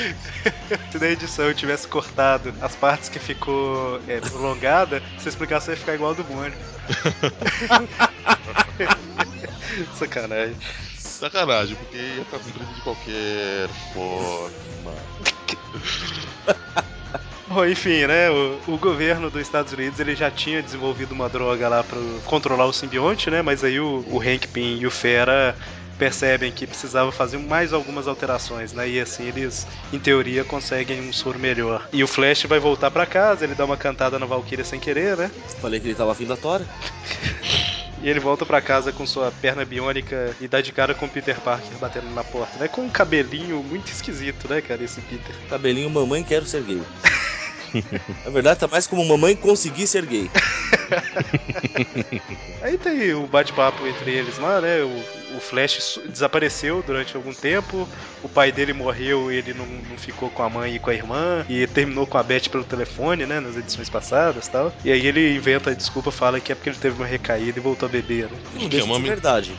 Se na edição eu tivesse cortado as partes que ficou é, prolongada, essa explicação ia ficar igual a do Mônio. Sacanagem. Sacanagem, porque ia ficar cumprido de qualquer forma. Bom, enfim, né? O, o governo dos Estados Unidos ele já tinha desenvolvido uma droga lá para controlar o simbionte, né? Mas aí o, o Hank Pym e o Fera percebem que precisava fazer mais algumas alterações, né? E assim eles, em teoria, conseguem um soro melhor. E o Flash vai voltar pra casa, ele dá uma cantada na Valkyria sem querer, né? Falei que ele tava afim da Tora. E ele volta pra casa com sua perna biônica e dá de cara com o Peter Parker batendo na porta, né? Com um cabelinho muito esquisito, né, cara, esse Peter. Cabelinho, mamãe, quero ser gay. Na verdade, tá mais como mamãe conseguir ser gay. Aí tem o bate-papo entre eles lá, né? O, o Flash su- desapareceu durante algum tempo, o pai dele morreu, ele não, não ficou com a mãe e com a irmã, e terminou com a Beth pelo telefone, né? Nas edições passadas e tal. E aí ele inventa a desculpa, fala que é porque ele teve uma recaída e voltou a beber, né? Não deixa de ser mamãe. verdade.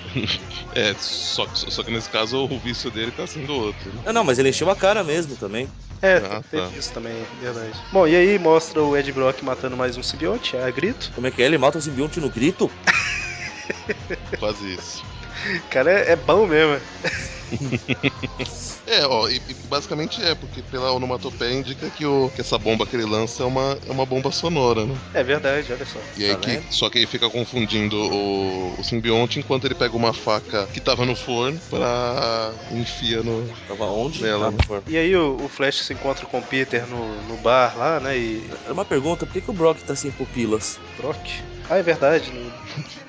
É, só, que- só que nesse caso o vício dele tá sendo outro. né? Não, não, mas ele encheu a cara mesmo também. É, Ah, teve tá. isso também, é verdade. Bom, e aí mostra o Ed Brock matando mais um simbionte, a grito. Como é que é? Ele mata o simbionte no grito? Quase isso. Cara, é, é bom mesmo. É, ó, e, e basicamente é, porque pela onomatopeia indica que, o, que essa bomba que ele lança é uma, é uma bomba sonora, né? É verdade, olha só. E aí Tá que, vendo? só que ele fica confundindo o, o simbionte enquanto ele pega uma faca que tava no forno pra enfia no, Tava onde? nela. Tava. né? E aí o, o Flash se encontra com o Peter no, no bar lá, né? E. É uma pergunta, por que, que o Brock tá sem pupilas? Brock? Ah, é verdade. no-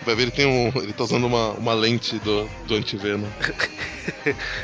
Vai ver, ele tem um. Ele tá usando uma, uma lente do, do antiveno.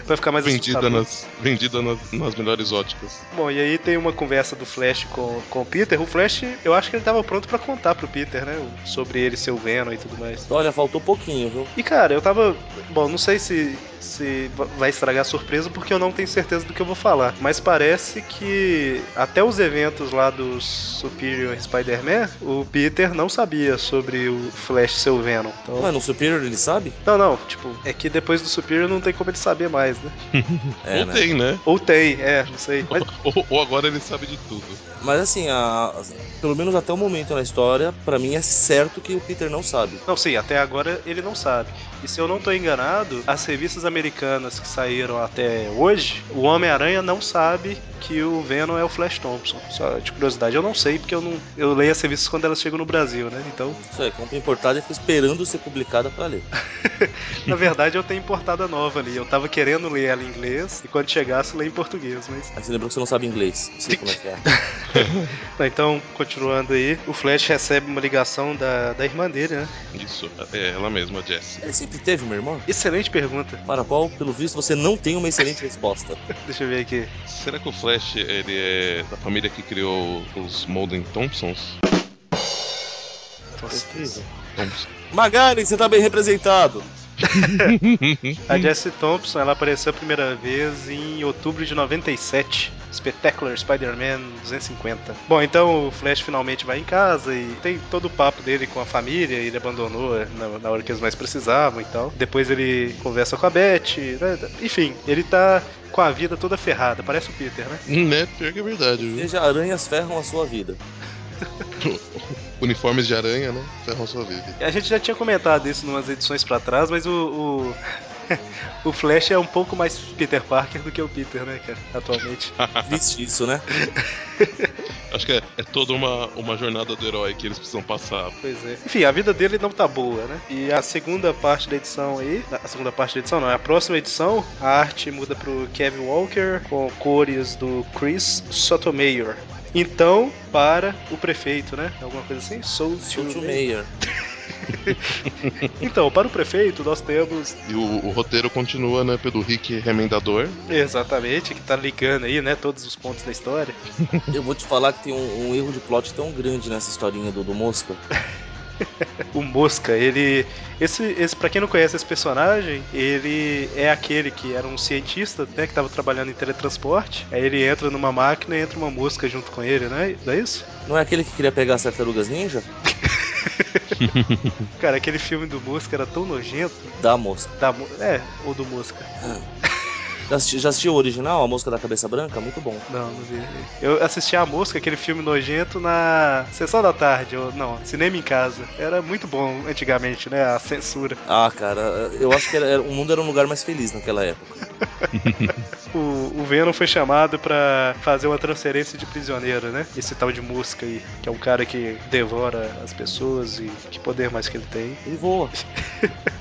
Vai ficar mais Vendida, assustador. nas, vendida nas, nas melhores óticas. Bom, e aí tem uma conversa do Flash com, com o Peter. O Flash, eu acho que ele tava pronto pra contar pro Peter, né? o- Sobre ele ser o Venom e tudo mais. Olha, faltou pouquinho, viu? E cara, eu tava. Bom, não sei se, se va- vai estragar a surpresa, porque eu não tenho certeza do que eu vou falar. Mas parece que até os eventos lá do Superior Spider-Man, o Peter não sabia sobre o Flash ser o Venom. Então- Mas no Superior ele sabe? Não, não, tipo, é que depois do Superior não tem como ele saber mais, né? É, Ou né? tem, né? Ou tem, é, não sei. Mas Ou, ou agora ele sabe de tudo. Mas assim, a- pelo menos até o momento na história, pra mim é certo que o Peter não sabe. Não, sim, até agora ele não sabe. E se eu não tô enganado, as revistas americanas que saíram até hoje, o Homem-Aranha não sabe que o Venom é o Flash Thompson. Só de curiosidade, eu não sei, porque eu não. Eu leio as revistas quando elas chegam no Brasil, né? Então, Isso aí, compra importada e fica esperando ser publicada pra ler. na verdade, eu tenho importada nova ali. Eu tava querendo ler ela em inglês, e quando chegasse, ler em português, mas. Aí você lembrou que você não sabe inglês. Não sei como é que é. Tá, Então, continuando aí, o Flash recebe uma ligação da, da irmã dele, né? Isso. É ela mesma, Jess. Ele sempre teve, meu irmão? Excelente pergunta. Para a qual, pelo visto, você não tem uma excelente resposta. Deixa eu ver aqui. Será que o Flash ele é da família que criou os Molden Thompsons? Nossa. Incrível. Thompson. Magari, você tá bem representado. A Jessie Thompson, ela apareceu a primeira vez em outubro de 97. Spectacular Spider-Man 250. Bom, então o Flash finalmente vai em casa e tem todo o papo dele com a família, ele abandonou na, na hora que eles mais precisavam e tal. Depois ele conversa com a Beth, né? enfim, ele tá com a vida toda ferrada, parece o Peter, né? Né, pior que é verdade, viu? Veja, aranhas ferram a sua vida. Uniformes de aranha, né? Ferram sua vida. A gente já tinha comentado isso em umas edições pra trás, mas o, o, o Flash é um pouco mais Peter Parker do que o Peter, né, cara? Atualmente. Triste isso, né? Acho que é, é toda uma, uma jornada do herói que eles precisam passar. Pois é. Enfim, a vida dele não tá boa, né? E a segunda parte da edição aí. A segunda parte da edição não, é a próxima edição. A arte muda pro Kevin Walker com cores do Chris Sotomayor. Então, para o prefeito, né? Alguma coisa assim? Sou Sou to Mayor. então, para o prefeito, nós temos. E o, o roteiro continua, né, pelo Rick Remendador. Exatamente, que tá ligando aí, né? Todos os pontos da história. Eu vou te falar que tem um, um erro de plot tão grande nessa historinha do, do Mosca. o Mosca, ele. Esse, esse para quem não conhece esse personagem, ele é aquele que era um cientista, né? Que tava trabalhando em teletransporte. Aí ele entra numa máquina e entra uma mosca junto com ele, né? Não é isso? Não é aquele que queria pegar as tartarugas ninja? Cara, aquele filme do Mosca era tão nojento. Da mosca. Da, mo- é, ou do Mosca. Já assisti- já assistiu o original, a mosca da cabeça branca? Muito bom. Não, não vi. Eu assisti a Mosca, aquele filme nojento, na sessão da tarde, ou não, cinema em casa. Era muito bom antigamente, né? A censura. Ah, cara, eu acho que era- era- o mundo era um lugar mais feliz naquela época. O, o Venom foi chamado pra fazer uma transferência de prisioneiro, né? Esse tal de Mosca aí, que é um cara que devora as pessoas e que poder mais que ele tem. Ele voa.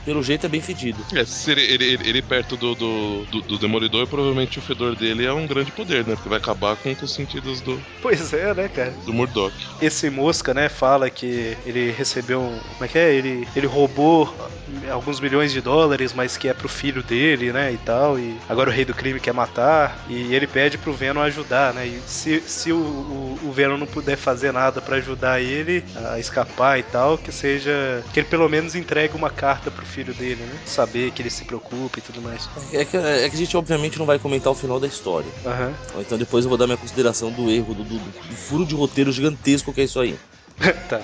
Pelo jeito é bem fedido. É, se ele, ele, ele- ele perto do, do, do, do Demolidor, provavelmente o fedor dele é um grande poder, né? Porque vai acabar com, com os sentidos do, Pois é, né, cara? do Murdoch. Esse Mosca, né, fala que ele recebeu um. Como é que é? Ele, ele roubou alguns milhões de dólares, mas que é pro filho dele, né, e tal. E agora o rei do crime quer matar. E ele pede pro Venom ajudar, né? E se, se o, o, o Venom não puder fazer nada pra ajudar ele a escapar e tal, que seja. Que ele pelo menos entregue uma carta pro filho dele, né? Saber que ele se preocupa e tudo mais. É que, é que a gente, obviamente, não vai comentar o final da história. Aham. Ou Então depois eu vou dar minha consideração do erro, do, do- do furo de roteiro gigantesco que é isso aí. tá.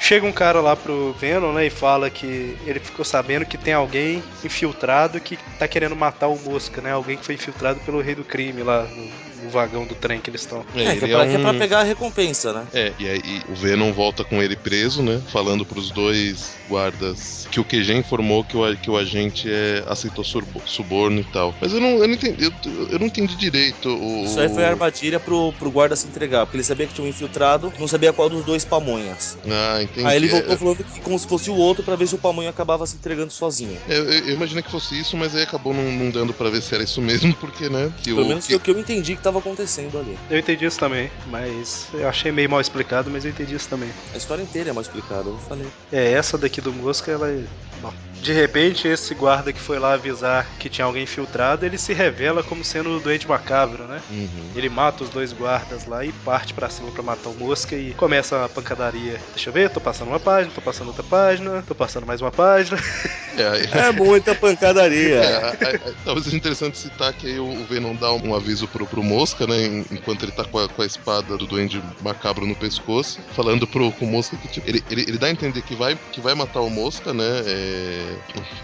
Chega um cara lá pro Venom, né, e fala que ele ficou sabendo que tem alguém infiltrado que tá querendo matar o Mosca, né? Alguém que foi infiltrado pelo rei do crime lá no, no vagão do trem que eles estão. É, que, é um pra, que é pra pegar a recompensa, né? É, e aí o Venom volta com ele preso, né? Falando pros dois guardas que o QG informou que o, a- que o agente é, aceitou surbo- suborno e tal. Mas eu não, eu não entendi, eu, eu não entendi direito o. Isso aí foi a armadilha pro, pro guarda se entregar, porque ele sabia que tinha um infiltrado, não sabia qual dos dois pamonhas. Ah, entendi. Aí ele É, voltou falando que como se fosse o outro pra ver se o pamonha acabava se entregando sozinho. é, eu, eu imaginei que fosse isso, mas aí acabou não, não dando pra ver se era isso mesmo, porque, né? Que Pelo o, menos que- foi o que eu entendi que tava acontecendo ali. Eu entendi isso também, mas eu achei meio mal explicado, mas eu entendi isso também. A história inteira é mal explicada, eu falei. É, essa daqui do Mosca, ela é. Bom. De repente, esse guarda que foi lá avisar que tinha alguém infiltrado, ele se revela como sendo o doente macabro, né? Uhum. Ele mata os dois guardas lá e parte pra cima pra matar o Mosca e começa a pancadaria. Deixa eu ver, tô passando uma página, tô passando outra página, tô passando mais uma página. É, aí- É muita É, pancadaria. a- a- a- talvez seja interessante citar que aí o, o Venom dá um aviso pro, pro Mosca, né? em- Enquanto ele tá com a, com a espada do Duende Macabro no pescoço, falando pro, pro Mosca que, tipo, ele, ele, ele dá a entender que vai, que vai matar o Mosca, né? é,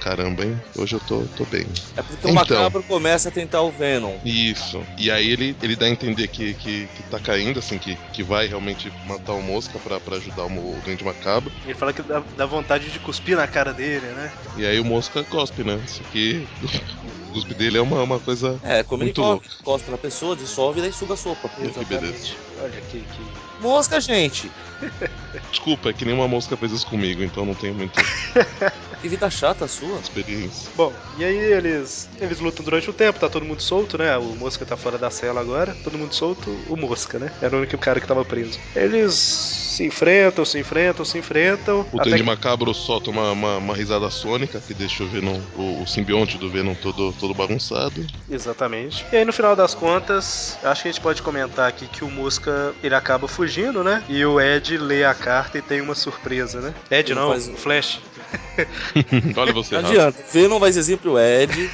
Caramba, hein? Hoje eu tô, tô bem. É porque o Então. macabro começa a tentar o Venom. Isso. E aí ele, ele dá a entender que, que, que tá caindo, assim, que, que vai realmente matar o Mosca pra, pra ajudar o, Mo- o Duende Macabro. Ele fala que dá, dá vontade de cuspir na cara dele, né? E aí o Mosca cospe, né? Isso aqui, o cuspe dele é uma, uma coisa... É, como ele Muito cospe, cospe na pessoa, dissolve e daí suga a sopa. que beleza. Olha que, que. Mosca, gente! Desculpa, é que nenhuma mosca fez isso comigo, então não tenho muita Que vida chata a sua. experiência. Bom, e aí eles eles lutam durante um tempo, tá todo mundo solto, né? O Mosca tá fora da cela agora, todo mundo solto, o Mosca, né? Era o único cara que tava preso. Eles se enfrentam, se enfrentam, se enfrentam. O até Duende que- Macabro solta uma, uma, uma risada sônica que deixa o Venom, o, o simbionte do Venom todo, todo bagunçado. Exatamente. E aí no final das contas, acho que a gente pode comentar aqui que o Mosca ele acaba fugindo, né? E o Ed lê a carta e tem uma surpresa, né? Ed Ele não, faz- o Flash. Olha você, Não Rafa. adianta. Venom vai ser sempre o Ed.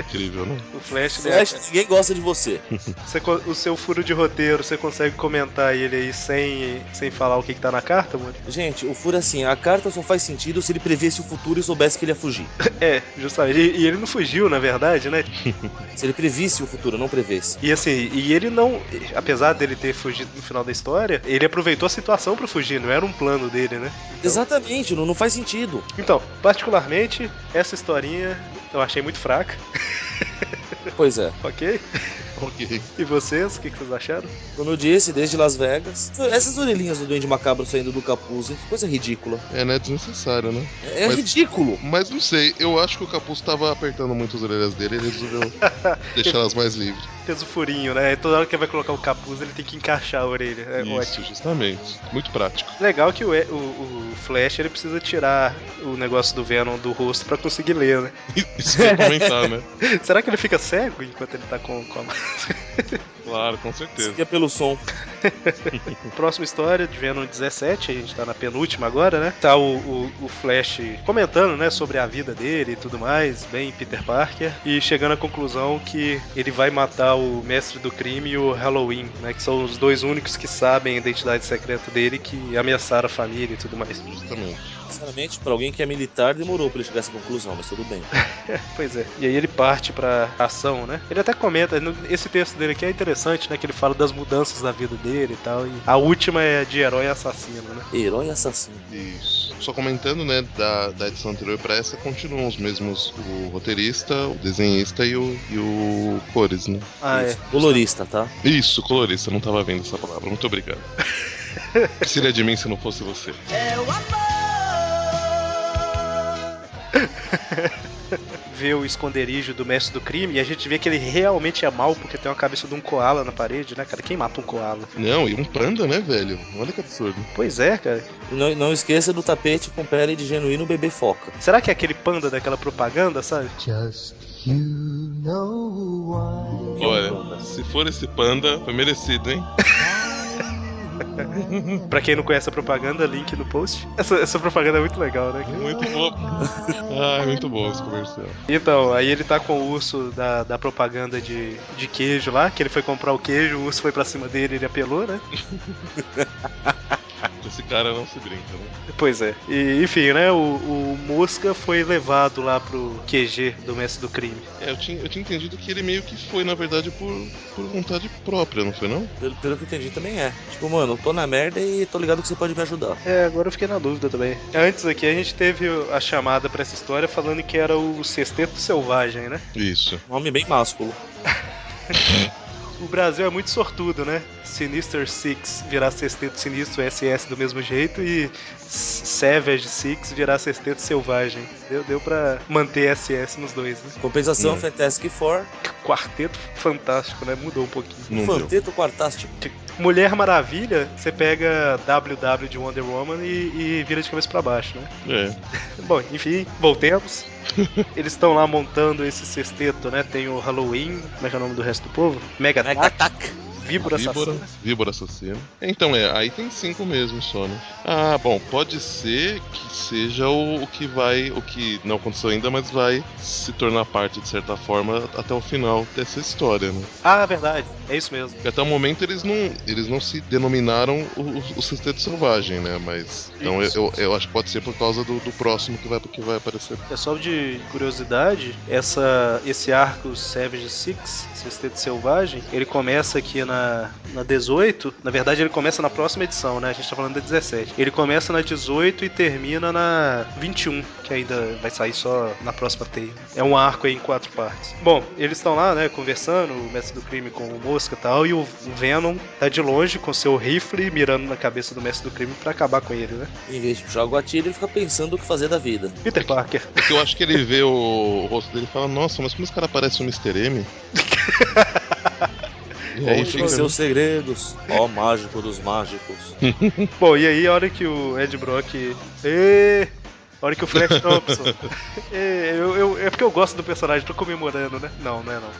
Incrível, né? O Flash, né? Flash, ninguém gosta de você. Você co- o seu furo de roteiro, você consegue comentar ele aí sem, sem falar o que, que tá na carta, mano? Gente, o furo é assim, a carta só faz sentido se ele prevesse o futuro e soubesse que ele ia fugir. É, justamente. E, e ele não fugiu, na verdade, né? Se ele previsse o futuro, não prevesse. E assim, e ele não. Apesar dele ter fugido no final da história, ele aproveitou a situação pra fugir, não era um plano dele, né? Exatamente, não, não faz sentido. Então, particularmente, essa historinha eu achei muito fraca, Pois é. ok? Ok. E vocês, o que, que vocês acharam? Como eu disse, desde Las Vegas, essas orelhinhas do Duende Macabro saindo do capuz, hein? Que coisa ridícula. É, né? Desnecessário, né? É Mas- ridículo. Mas não sei, eu acho que o capuz tava apertando muito as orelhas dele, ele resolveu deixar elas mais livres. Fez o furinho, né? E toda hora que ele vai colocar o capuz, ele tem que encaixar a orelha. É ótimo. Isso, justamente. Muito prático. Legal que o, E- o- o Flash ele precisa tirar o negócio do Venom do rosto pra conseguir ler, né? Isso que eu ia comentar, né? Será que ele fica cego enquanto ele tá com, com a máscara? Claro, com certeza. Seguia é pelo som. Próxima história de Venom 17, a gente tá na penúltima agora, né? Tá o, o- o Flash comentando, né, sobre a vida dele e tudo mais, bem Peter Parker, e chegando à conclusão que ele vai matar o Mestre do Crime e o Halloween, né? Que são os dois únicos que sabem a identidade secreta dele que ameaçaram a família e tudo mais. Justamente. Sinceramente, pra alguém que é militar, demorou pra ele chegar a essa conclusão, mas tudo bem. Pois é. E aí ele parte pra ação, né? Ele até comenta, no- esse texto dele aqui é interessante, né? Que ele fala das mudanças da vida dele e tal. E a última é de herói assassino, né? Herói assassino. Isso. Só comentando, né, da, da edição anterior pra essa, continuam os mesmos, o roteirista, o desenhista e o, e o cores, né? Ah, é. Isso. Colorista, tá? Isso, colorista, não tava vendo essa palavra. Muito obrigado. O que seria de mim se não fosse você? Vê o esconderijo do mestre do crime e a gente vê que ele realmente é mal porque tem uma cabeça de um koala na parede, né, cara? Quem mata um koala? Não, e um panda, né, velho? Olha que absurdo. Pois é, cara. E não, não esqueça do tapete com pele de genuíno bebê foca. Será que é aquele panda daquela propaganda, sabe? Just you know why. Olha, se for esse panda, foi merecido, hein? Pra quem não conhece a propaganda, link no post. Essa, essa propaganda é muito legal, né? cara? Muito bom. Ai, muito bom esse comercial. Então, aí ele tá com o urso da, da propaganda de, de queijo lá, que ele foi comprar o queijo, o urso foi pra cima dele, ele apelou, né? Esse cara não se brinca, né? Pois é. E, enfim, né? O, o Mosca foi levado lá pro QG do Mestre do Crime. É, eu tinha, eu tinha entendido que ele meio que foi, na verdade, por, por vontade própria, não foi não? Pelo, pelo que eu entendi, também é. Tipo, mano, eu tô na merda e tô ligado que você pode me ajudar. É, agora eu fiquei na dúvida também. Antes aqui, a gente teve a chamada pra essa história falando que era o Sexteto Selvagem, né? Isso. Um homem bem másculo. O Brasil é muito sortudo, né? Sinister Six virar Sexteto Sinistro SS do mesmo jeito e S- Savage Six virar Sexteto Selvagem. Deu, deu pra manter SS nos dois, né? Compensação, Hum. Fantastic Four, Quarteto fantástico, né? Mudou um pouquinho. Não deu. Fanteto Quartástico. Mulher Maravilha, você pega WW de Wonder Woman e, e vira de cabeça pra baixo, né? É. Bom, enfim, voltemos. Eles estão lá montando esse sexteto, né? Tem o Halloween, como é que é o nome do resto do povo? Mega Mega Attack, Attack. Víbora Víbora, Assassina. víbora assassina. Então é, aí tem cinco mesmo só, né? Ah, bom, pode ser que seja o, o que vai, o que não aconteceu ainda, mas vai se tornar parte de certa forma até o final dessa história, né? Ah, verdade, é isso mesmo. Porque até o momento eles não, eles não se denominaram o, o, o Sexteto Selvagem, né? Mas então eu, Isso. eu, eu acho que pode ser por causa do, do próximo que vai, que vai aparecer. É só de curiosidade, essa, esse arco Savage Six, Sexteto Selvagem, ele começa aqui na, na 18. Na verdade, ele começa na próxima edição, né? A gente tá falando da 17. Ele começa na 18 e termina na 21, que ainda vai sair só na próxima teia. É um arco aí em quatro partes. Bom, eles estão lá, né, conversando, o mestre do crime com o Mosca e tal, e o o Venom tá de longe com seu rifle mirando na cabeça do mestre do crime pra acabar com ele, né? Em vez de puxar o gatilho, ele fica pensando o que fazer da vida. Peter Parker. Porque eu acho É que ele vê o, o rosto dele e fala, nossa, mas como esse cara parece um Mr. M? e aí Conte fica. seus segredos, ó mágico dos mágicos. Hum. Bom, e aí a hora que o Ed Brock. Ê! A hora que o Flash Thompson. Ê, eu, eu- é porque eu gosto do personagem, tô comemorando, né? Não, não é não.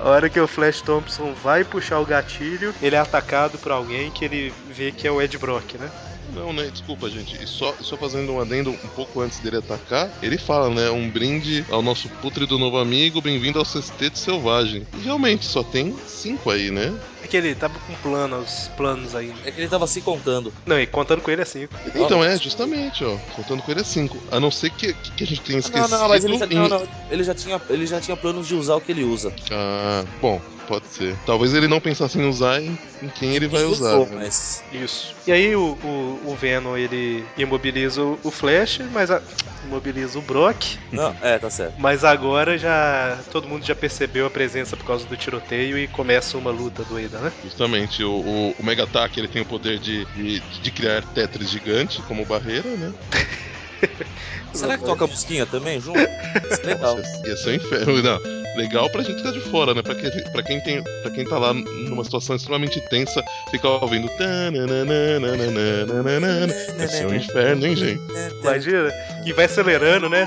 A hora que o Flash Thompson vai puxar o gatilho, ele é atacado por alguém que ele vê que é o Ed Brock, né? Não, né? Desculpa, gente. E só, só fazendo um adendo um pouco antes dele atacar, ele fala, né? Um brinde ao nosso putre do novo amigo, bem-vindo ao sexteto selvagem. E realmente só tem cinco aí, né? É que ele tava com planos, planos né? ainda. É que ele tava se contando. Não, e contando com ele é cinco. Então é, justamente, ó. Contando com ele é cinco. A não ser que, que a gente tenha Não, esquecido. Ah, não, mas ele já, em- não, não, ele já tinha, ele já tinha planos de usar o que ele usa. Ah, bom, pode ser. Talvez ele não pensasse em usar em, em quem ele vai Ele usar. usou, né? mas Isso. E aí o, o, o Venom ele imobiliza o o Flash, mas a- imobiliza o Brock. não, é, tá certo. Mas agora já todo mundo já percebeu a presença por causa do tiroteio e começa uma luta doida, né? Justamente, o, o, o Mega Attack ele tem o poder de, de, de criar Tetris gigante como barreira, né? Será que toca a mosquinha também junto? Isso é legal. Ia ser um inferno. Não, legal pra gente que tá de fora, né? Pra, que, pra, quem, tem, pra quem tá lá numa situação extremamente tensa, ficar ouvindo. tananananananananana. Ia ser um inferno, hein, gente? Imagina? E vai acelerando, né?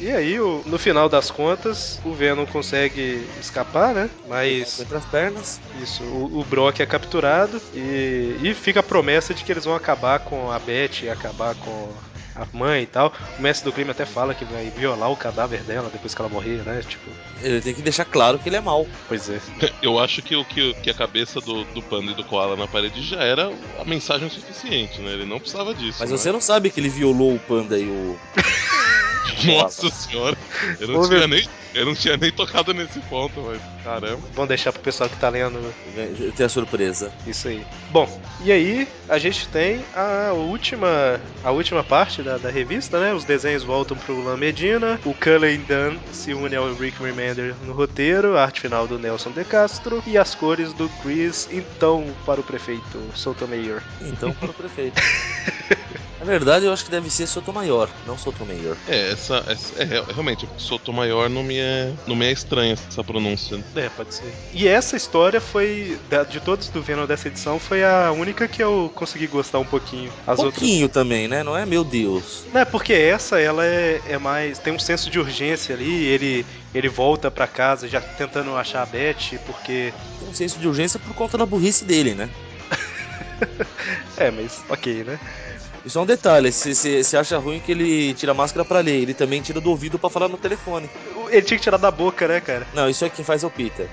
E aí, o- no final das contas, o Venom consegue escapar, né? É Mas Entre as pernas. Isso, o, o Brock é capturado e, e fica a promessa de que eles vão acabar com a Beth, acabar com a mãe e tal. O mestre do crime até fala que vai violar o cadáver dela depois que ela morrer, né? Tipo, Ele tem que deixar claro que ele é mau. pois é. Eu acho que, o que, que a cabeça do, do panda e do koala na parede já era a mensagem suficiente, né? Ele não precisava disso. Mas né? é você não sabe que ele violou o panda e o. Nossa senhora, eu não, Ô, tinha meu- nem, eu não tinha nem tocado nesse ponto, mas caramba. Vamos deixar pro pessoal que tá lendo Tem a surpresa. isso aí. Bom, e aí a gente tem a última a última parte da, da revista, né? Os desenhos voltam pro Lan Medina, o Cullen Dunn se une ao Rick Remender no roteiro, a arte final do Nelson De Castro e as cores do Chris, então, para o prefeito Sotomayor. Então, para o prefeito. Na verdade, eu acho que deve ser Sotomayor, não Sotomayor. É, essa, essa é real- realmente, Sotomayor não me é, não me é estranha essa pronúncia. É, pode ser. E essa história foi, da- de todos do Venom dessa edição, foi a única que eu consegui gostar um pouquinho. As outras. Pouquinho também, né? Não é meu Deus. Não, é porque essa, ela é, é mais. Tem um senso de urgência ali. Ele, ele volta pra casa já tentando achar a Beth, porque. Tem um senso de urgência por conta da burrice dele, né? É, mas ok, né? E só um detalhe, você acha ruim que ele tira a máscara pra ler, ele também tira do ouvido pra falar no telefone. Ele tinha que tirar da boca, né, cara? Não, isso é quem faz é o Peter.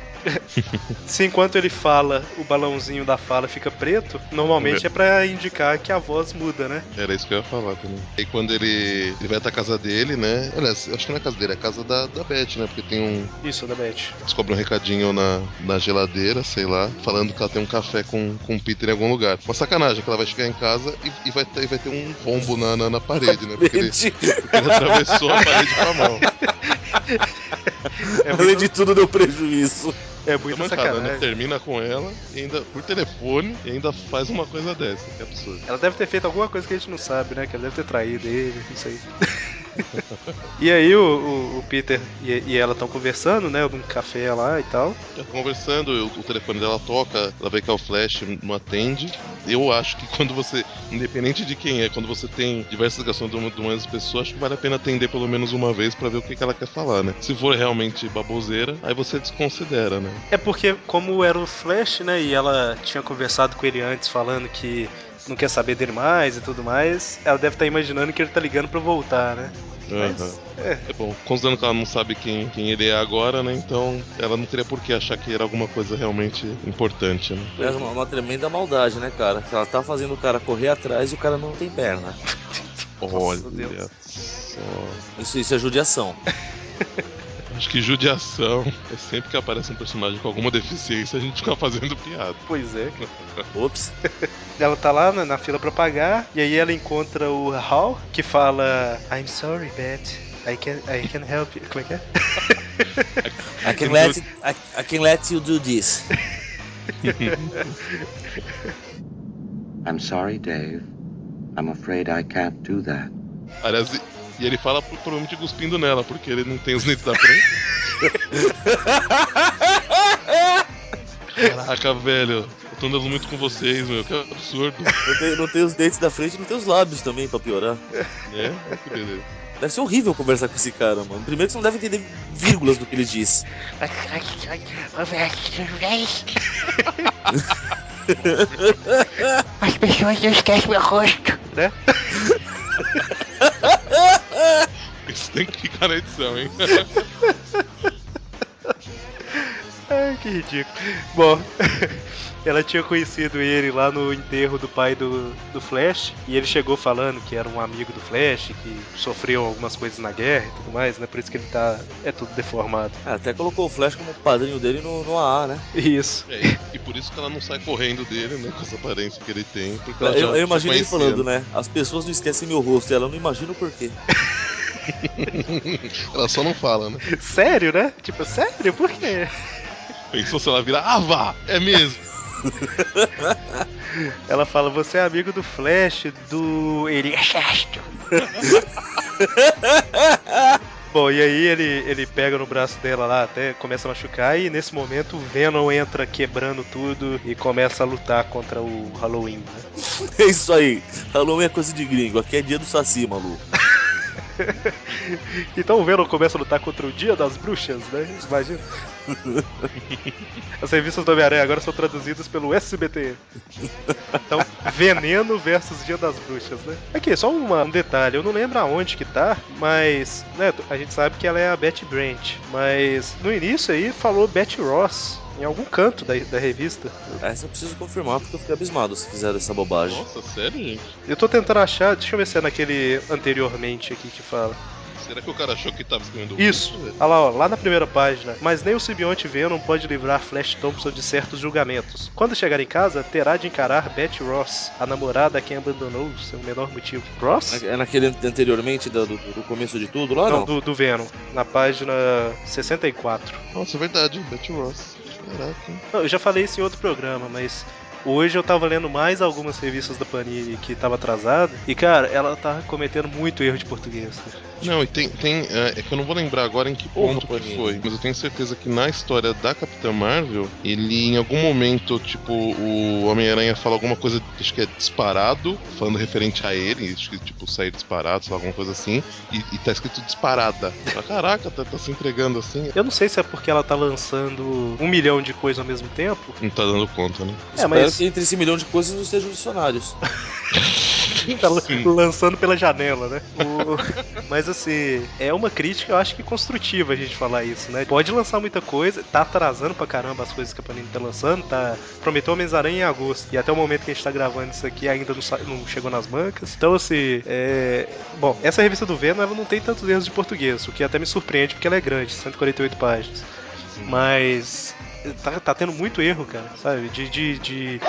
Se enquanto ele fala, o balãozinho da fala fica preto, normalmente é pra indicar que a voz muda, né? Era isso que eu ia falar também. E quando ele, ele vai até a casa dele, né? Aliás, eu acho que não é a casa dele, é a casa da, da Beth, né? Porque tem um. Isso, da Beth. Descobre um recadinho na, na geladeira, sei lá, falando que ela tem um café com, com o Peter em algum lugar. Uma sacanagem, que ela vai chegar em casa e, e vai, ter, vai ter um rombo na, na, na parede, né? Porque ele, porque ele atravessou a parede com a mão. É Além muito, de tudo, deu prejuízo. é Muita muito mancada, né? sacanagem. Termina com ela e ainda por telefone e ainda faz uma coisa dessa. Que absurdo. Ela deve ter feito alguma coisa que a gente não sabe, né? Que ela deve ter traído ele, não sei. e aí o, o- o Peter e, e ela estão conversando, né? Num café lá e tal. Tá conversando, eu- o telefone dela toca, ela vê que é o Flash, não atende. Eu acho que quando você, independente de quem é, quando você tem diversas ligações de uma, de uma mesma pessoa, acho que vale a pena atender pelo menos uma vez pra ver o que, que ela quer falar, né? Se for realmente baboseira, aí você desconsidera, né? É porque como era o Flash, né? E ela tinha conversado com ele antes falando que não quer saber dele mais e tudo mais, ela deve estar imaginando que ele tá ligando pra voltar, né? Aham. É bom, considerando que ela não sabe quem, quem ele é agora, né? Então ela não teria por que achar que era alguma coisa realmente importante, né? É uma, uma tremenda maldade, né, cara? Ela tá fazendo o cara correr atrás e o cara não tem perna. Nossa, Olha Deus. só. Isso, isso é judiação. Acho que judiação é sempre que aparece um personagem com alguma deficiência, a gente fica fazendo piada. Pois é. Ops. Ela tá lá na, na fila pra pagar, e aí ela encontra o Hal, que fala I'm sorry, Beth. I can, I can help you. Como é que é? I can let, I, I can let you do this. I'm sorry, Dave. I'm afraid I can't do that. Aliás, e e ele fala pro- provavelmente cuspindo nela, porque ele não tem os dentes da frente. Caraca, velho. Eu tô andando muito com vocês, meu. Que absurdo, Não tem, não tem os dentes da frente, não tem os lábios também pra piorar. né? Que beleza. Deve ser horrível conversar com esse cara, mano. Primeiro que você não deve entender vírgulas do que ele diz. As pessoas não esquecem meu rosto. né? Isso tem que ficar na edição, hein? Ai, que ridículo. Bom, ela tinha conhecido ele lá no enterro do pai do, do Flash, e ele chegou falando que era um amigo do Flash, que sofreu algumas coisas na guerra e tudo mais, né? Por isso que ele tá. é tudo deformado. Ah, até colocou o Flash como padrinho dele no, no AA, né? Isso. É, e- e por isso que ela não sai correndo dele, né? Com essa aparência que ele tem. Porque ela já tá Eu, eu imagino ele conhecia, falando, né? As pessoas não esquecem meu rosto, e ela não imagina o porquê. Ela só não fala, né? Sério, né? Tipo, sério? Por quê? Pensou se ela virar, ah, vá! É mesmo! Ela fala, você é amigo do Flash, do. Ele é chato. Bom, e aí ele, ele pega no braço dela lá, até começa a machucar, e nesse momento o Venom entra quebrando tudo e começa a lutar contra o Halloween. né? É isso aí. Halloween é coisa de gringo, aqui é dia do Saci, Malu. Então o Venom começa a lutar contra o Dia das Bruxas, né? Imagina. As revistas do Homem-Aranha agora são traduzidas pelo SBT. Então, Veneno versus Dia das Bruxas, né? Aqui, só uma- um detalhe, eu não lembro aonde que tá, mas, né, a gente sabe que ela é a Betty Brant, mas no início aí falou Betty Ross em algum canto da, da revista. Essa eu preciso confirmar porque eu fiquei abismado se fizeram essa bobagem. Nossa, sério, gente? Eu tô tentando achar, deixa eu ver se é naquele anteriormente aqui que fala. Será que o cara achou que tava escrevendo Isso. Olha lá, ó, lá na primeira página. Mas nem o simbionte Venom pode livrar Flash Thompson de certos julgamentos. Quando chegar em casa, terá de encarar Betty Ross, a namorada a quem abandonou sem o menor motivo. Ross? Na- É naquele an- anteriormente, do, do- do começo de tudo lá, Não, não? do, do Venom, na página 64. Nossa, é verdade, Betty Ross. Caraca. Não, eu já falei isso em outro programa, mas hoje eu tava lendo mais algumas revistas da Panini que tava atrasada. E, cara, ela tava cometendo muito erro de português. né? cara. Não, e tem. tem é, é que eu não vou lembrar agora em que Porra, ponto que Panini. foi. Mas eu tenho certeza que na história da Capitã Marvel, ele em algum momento, tipo, o Homem-Aranha fala alguma coisa, acho que é disparado, falando referente a ele, acho que tipo, sair disparado, sei lá, alguma coisa assim, e, e tá escrito disparada. Ah, Caraca, tá, tá se entregando assim. Eu não sei se é porque ela tá lançando um milhão de coisas ao mesmo tempo. Não tá dando conta, né? É, Espero mas- que entre esse milhão de coisas não estejam dicionários. tá lan- Sim. lançando pela janela, né? O- Mas assim, é uma crítica, eu acho que construtiva a gente falar isso, né? Pode lançar muita coisa, tá atrasando pra caramba as coisas que a Panini tá lançando, tá. Prometeu Homem-Aranha em agosto. E até o momento que a gente tá gravando isso aqui ainda não, sa- não chegou nas bancas. Então, assim, é. Bom, essa revista do Venom ela não tem tantos erros de português, o que até me surpreende porque ela é grande, 148 páginas. Mas. Tá, tá tendo muito erro, cara, sabe? De- de- de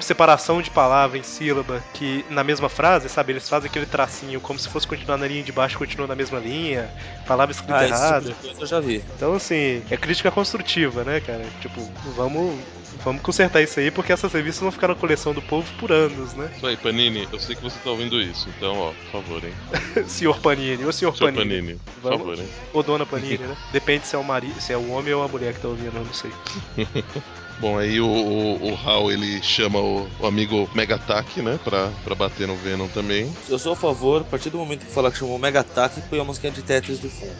separação de palavra em sílaba, que na mesma frase, sabe, eles fazem aquele tracinho como se fosse continuar na linha de baixo, continua na mesma linha, palavra escrita Ah, esse errada. tipo de coisa eu já vi. Então, assim, é crítica construtiva, né, cara? Tipo, vamos, vamos consertar isso aí, porque essas revistas vão ficar na coleção do povo por anos, né? Isso aí, Panini, eu sei que você tá ouvindo isso, então, ó, por favor, hein? Senhor Panini, ou senhor Seu Panini, Panini, por Vamos- favor, hein? ou dona Panini, né? Depende se é o marido, se é o homem ou a mulher que tá ouvindo, eu não sei. Bom, aí o, o, o Hal ele chama o, o amigo Mega Attack, né? Pra, pra bater no Venom também. Eu sou a favor, a partir do momento que falar que chamou Mega Ataque, põe a musiquinha de Tetris do fundo.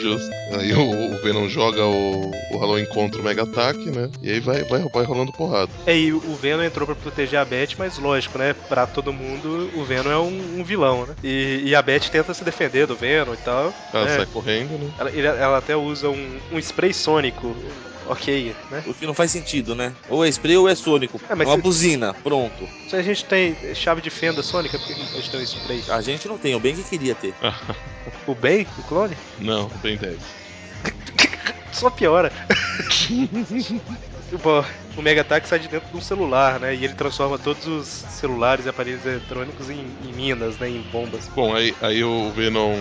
Justo. Aí o, o Venom joga o, o Halloween contra o Mega Attack, né? E aí vai, vai, vai rolando porrada. É, e o Venom entrou pra proteger a Beth, mas lógico, né? Pra todo mundo, o Venom é um, um vilão, né? E, e a Beth tenta se defender do Venom e tal. Ela né? sai correndo, né? Ela, ele- ela até usa um, um spray sônico, ok, né? O que não faz sentido, né? Ou é spray ou é sônico. É, É, mas uma se- buzina, pronto. Se a gente tem chave de fenda sônica, por que a gente tem um spray? A gente não tem, o bem que queria ter. O Ben, o clone? Não, bem 10. Só piora. Bom, o Mega Attack sai de dentro de um celular, né? E ele transforma todos os celulares e aparelhos eletrônicos em, em minas, né? Em bombas. Bom, aí, aí o Venom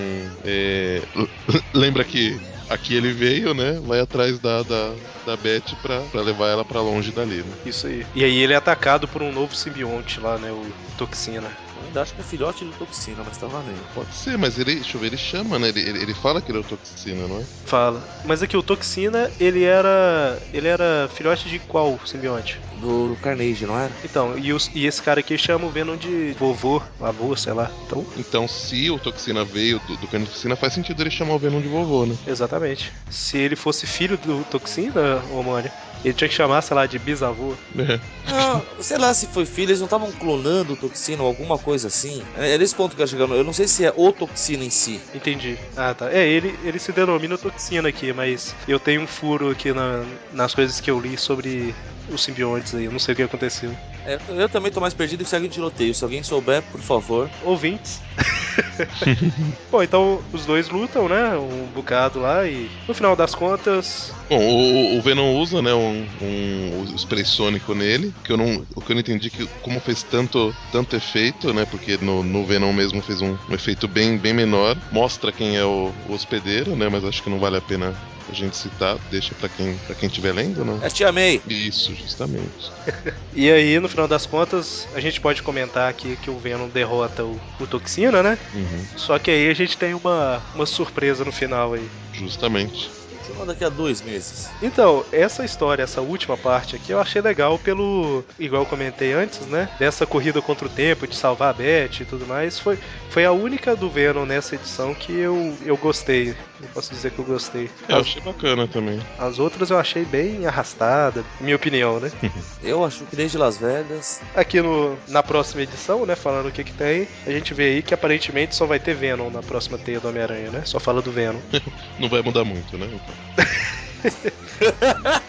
é, lembra que aqui ele veio, né? Vai atrás da, da, da Beth pra, pra levar ela pra longe dali, né? Isso aí. E aí ele é atacado por um novo simbionte lá, né? O Toxina. Ainda acho que é filhote de toxina, mas tá valendo. Pode ser, mas ele, deixa eu ver, ele chama, né? Ele, ele, ele fala que ele é o toxina, não é? Fala. Mas aqui, o Toxina, ele era. Ele era filhote de qual simbionte? Do, do Carnage, não é? era? Então, e, os- e esse cara aqui chama o Venom de vovô, avô, sei lá. Então, Então, se o toxina veio do, do carnificina, faz sentido ele chamar o Venom de vovô, né? exatamente. Se ele fosse filho do Toxina, ô Mônio, ele tinha que chamar, sei lá, de bisavô. É. Não, Ah, sei lá se foi filho, eles não estavam clonando o toxina ou alguma coisa assim. É- Era esse ponto que eu ia chegar. no- Eu não sei se é o toxina em si. Entendi. Ah, tá. É, ele, ele se denomina toxina aqui, mas eu tenho um furo aqui na- nas coisas que eu li sobre os simbiontes aí. Eu não sei o que aconteceu. É, eu também tô mais perdido que segue em tiroteio. Se alguém souber, por favor. Ouvintes. Bom, então os dois lutam, né? Um bocado lá e no final das contas. Bom, o, o Venom usa, né, um, um o spray sônico nele, que eu não, o que eu não entendi é que como fez tanto, tanto efeito, né, porque no, no Venom mesmo fez um, um efeito bem, bem menor, mostra quem é o, o hospedeiro, né, mas acho que não vale a pena a gente citar, deixa pra quem, pra quem estiver lendo, né? É, te amei. Isso, justamente. E aí, no final das contas, a gente pode comentar aqui que o Venom derrota o, o Toxina, né? Uhum, Só que aí a gente tem uma, uma surpresa no final aí. justamente. Continua daqui a dois meses. Então, essa história, essa última parte aqui, eu achei legal pelo. Igual eu comentei antes, né? Dessa corrida contra o tempo, de salvar a Beth e tudo mais. Foi, foi a única do Venom nessa edição que eu, eu gostei. Eu posso dizer que eu gostei. É, eu achei bacana também. As outras eu achei bem arrastada, minha opinião, né? Eu acho que desde Las Vegas. Aqui no, na próxima edição, né? Falando o que que tem, a gente vê aí que aparentemente só vai ter Venom na próxima teia do Homem-Aranha, né? Só fala do Venom. Não vai mudar muito, né? Então,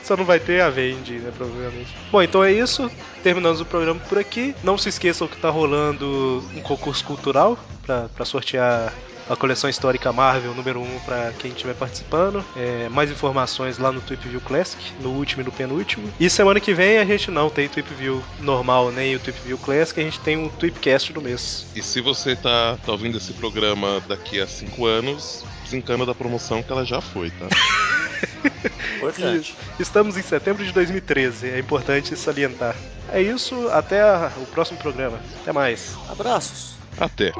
Só não vai ter a Vendi, né? Provavelmente. Bom, então é isso. Terminamos o programa por aqui. Não se esqueçam que tá rolando um concurso cultural pra pra sortear a coleção histórica Marvel número 1 pra quem estiver participando. É, mais informações lá no Tweep View Classic, no último e no penúltimo. E semana que vem a gente não tem Tweep View normal nem o Tweep View Classic, a gente tem um Tweepcast do mês. E se você tá, tá ouvindo esse programa daqui a cinco anos, desencana da promoção que ela já foi, tá? Importante. Estamos em setembro de 2013, é importante salientar. É isso, até a- o próximo programa. Até mais. Abraços. Até.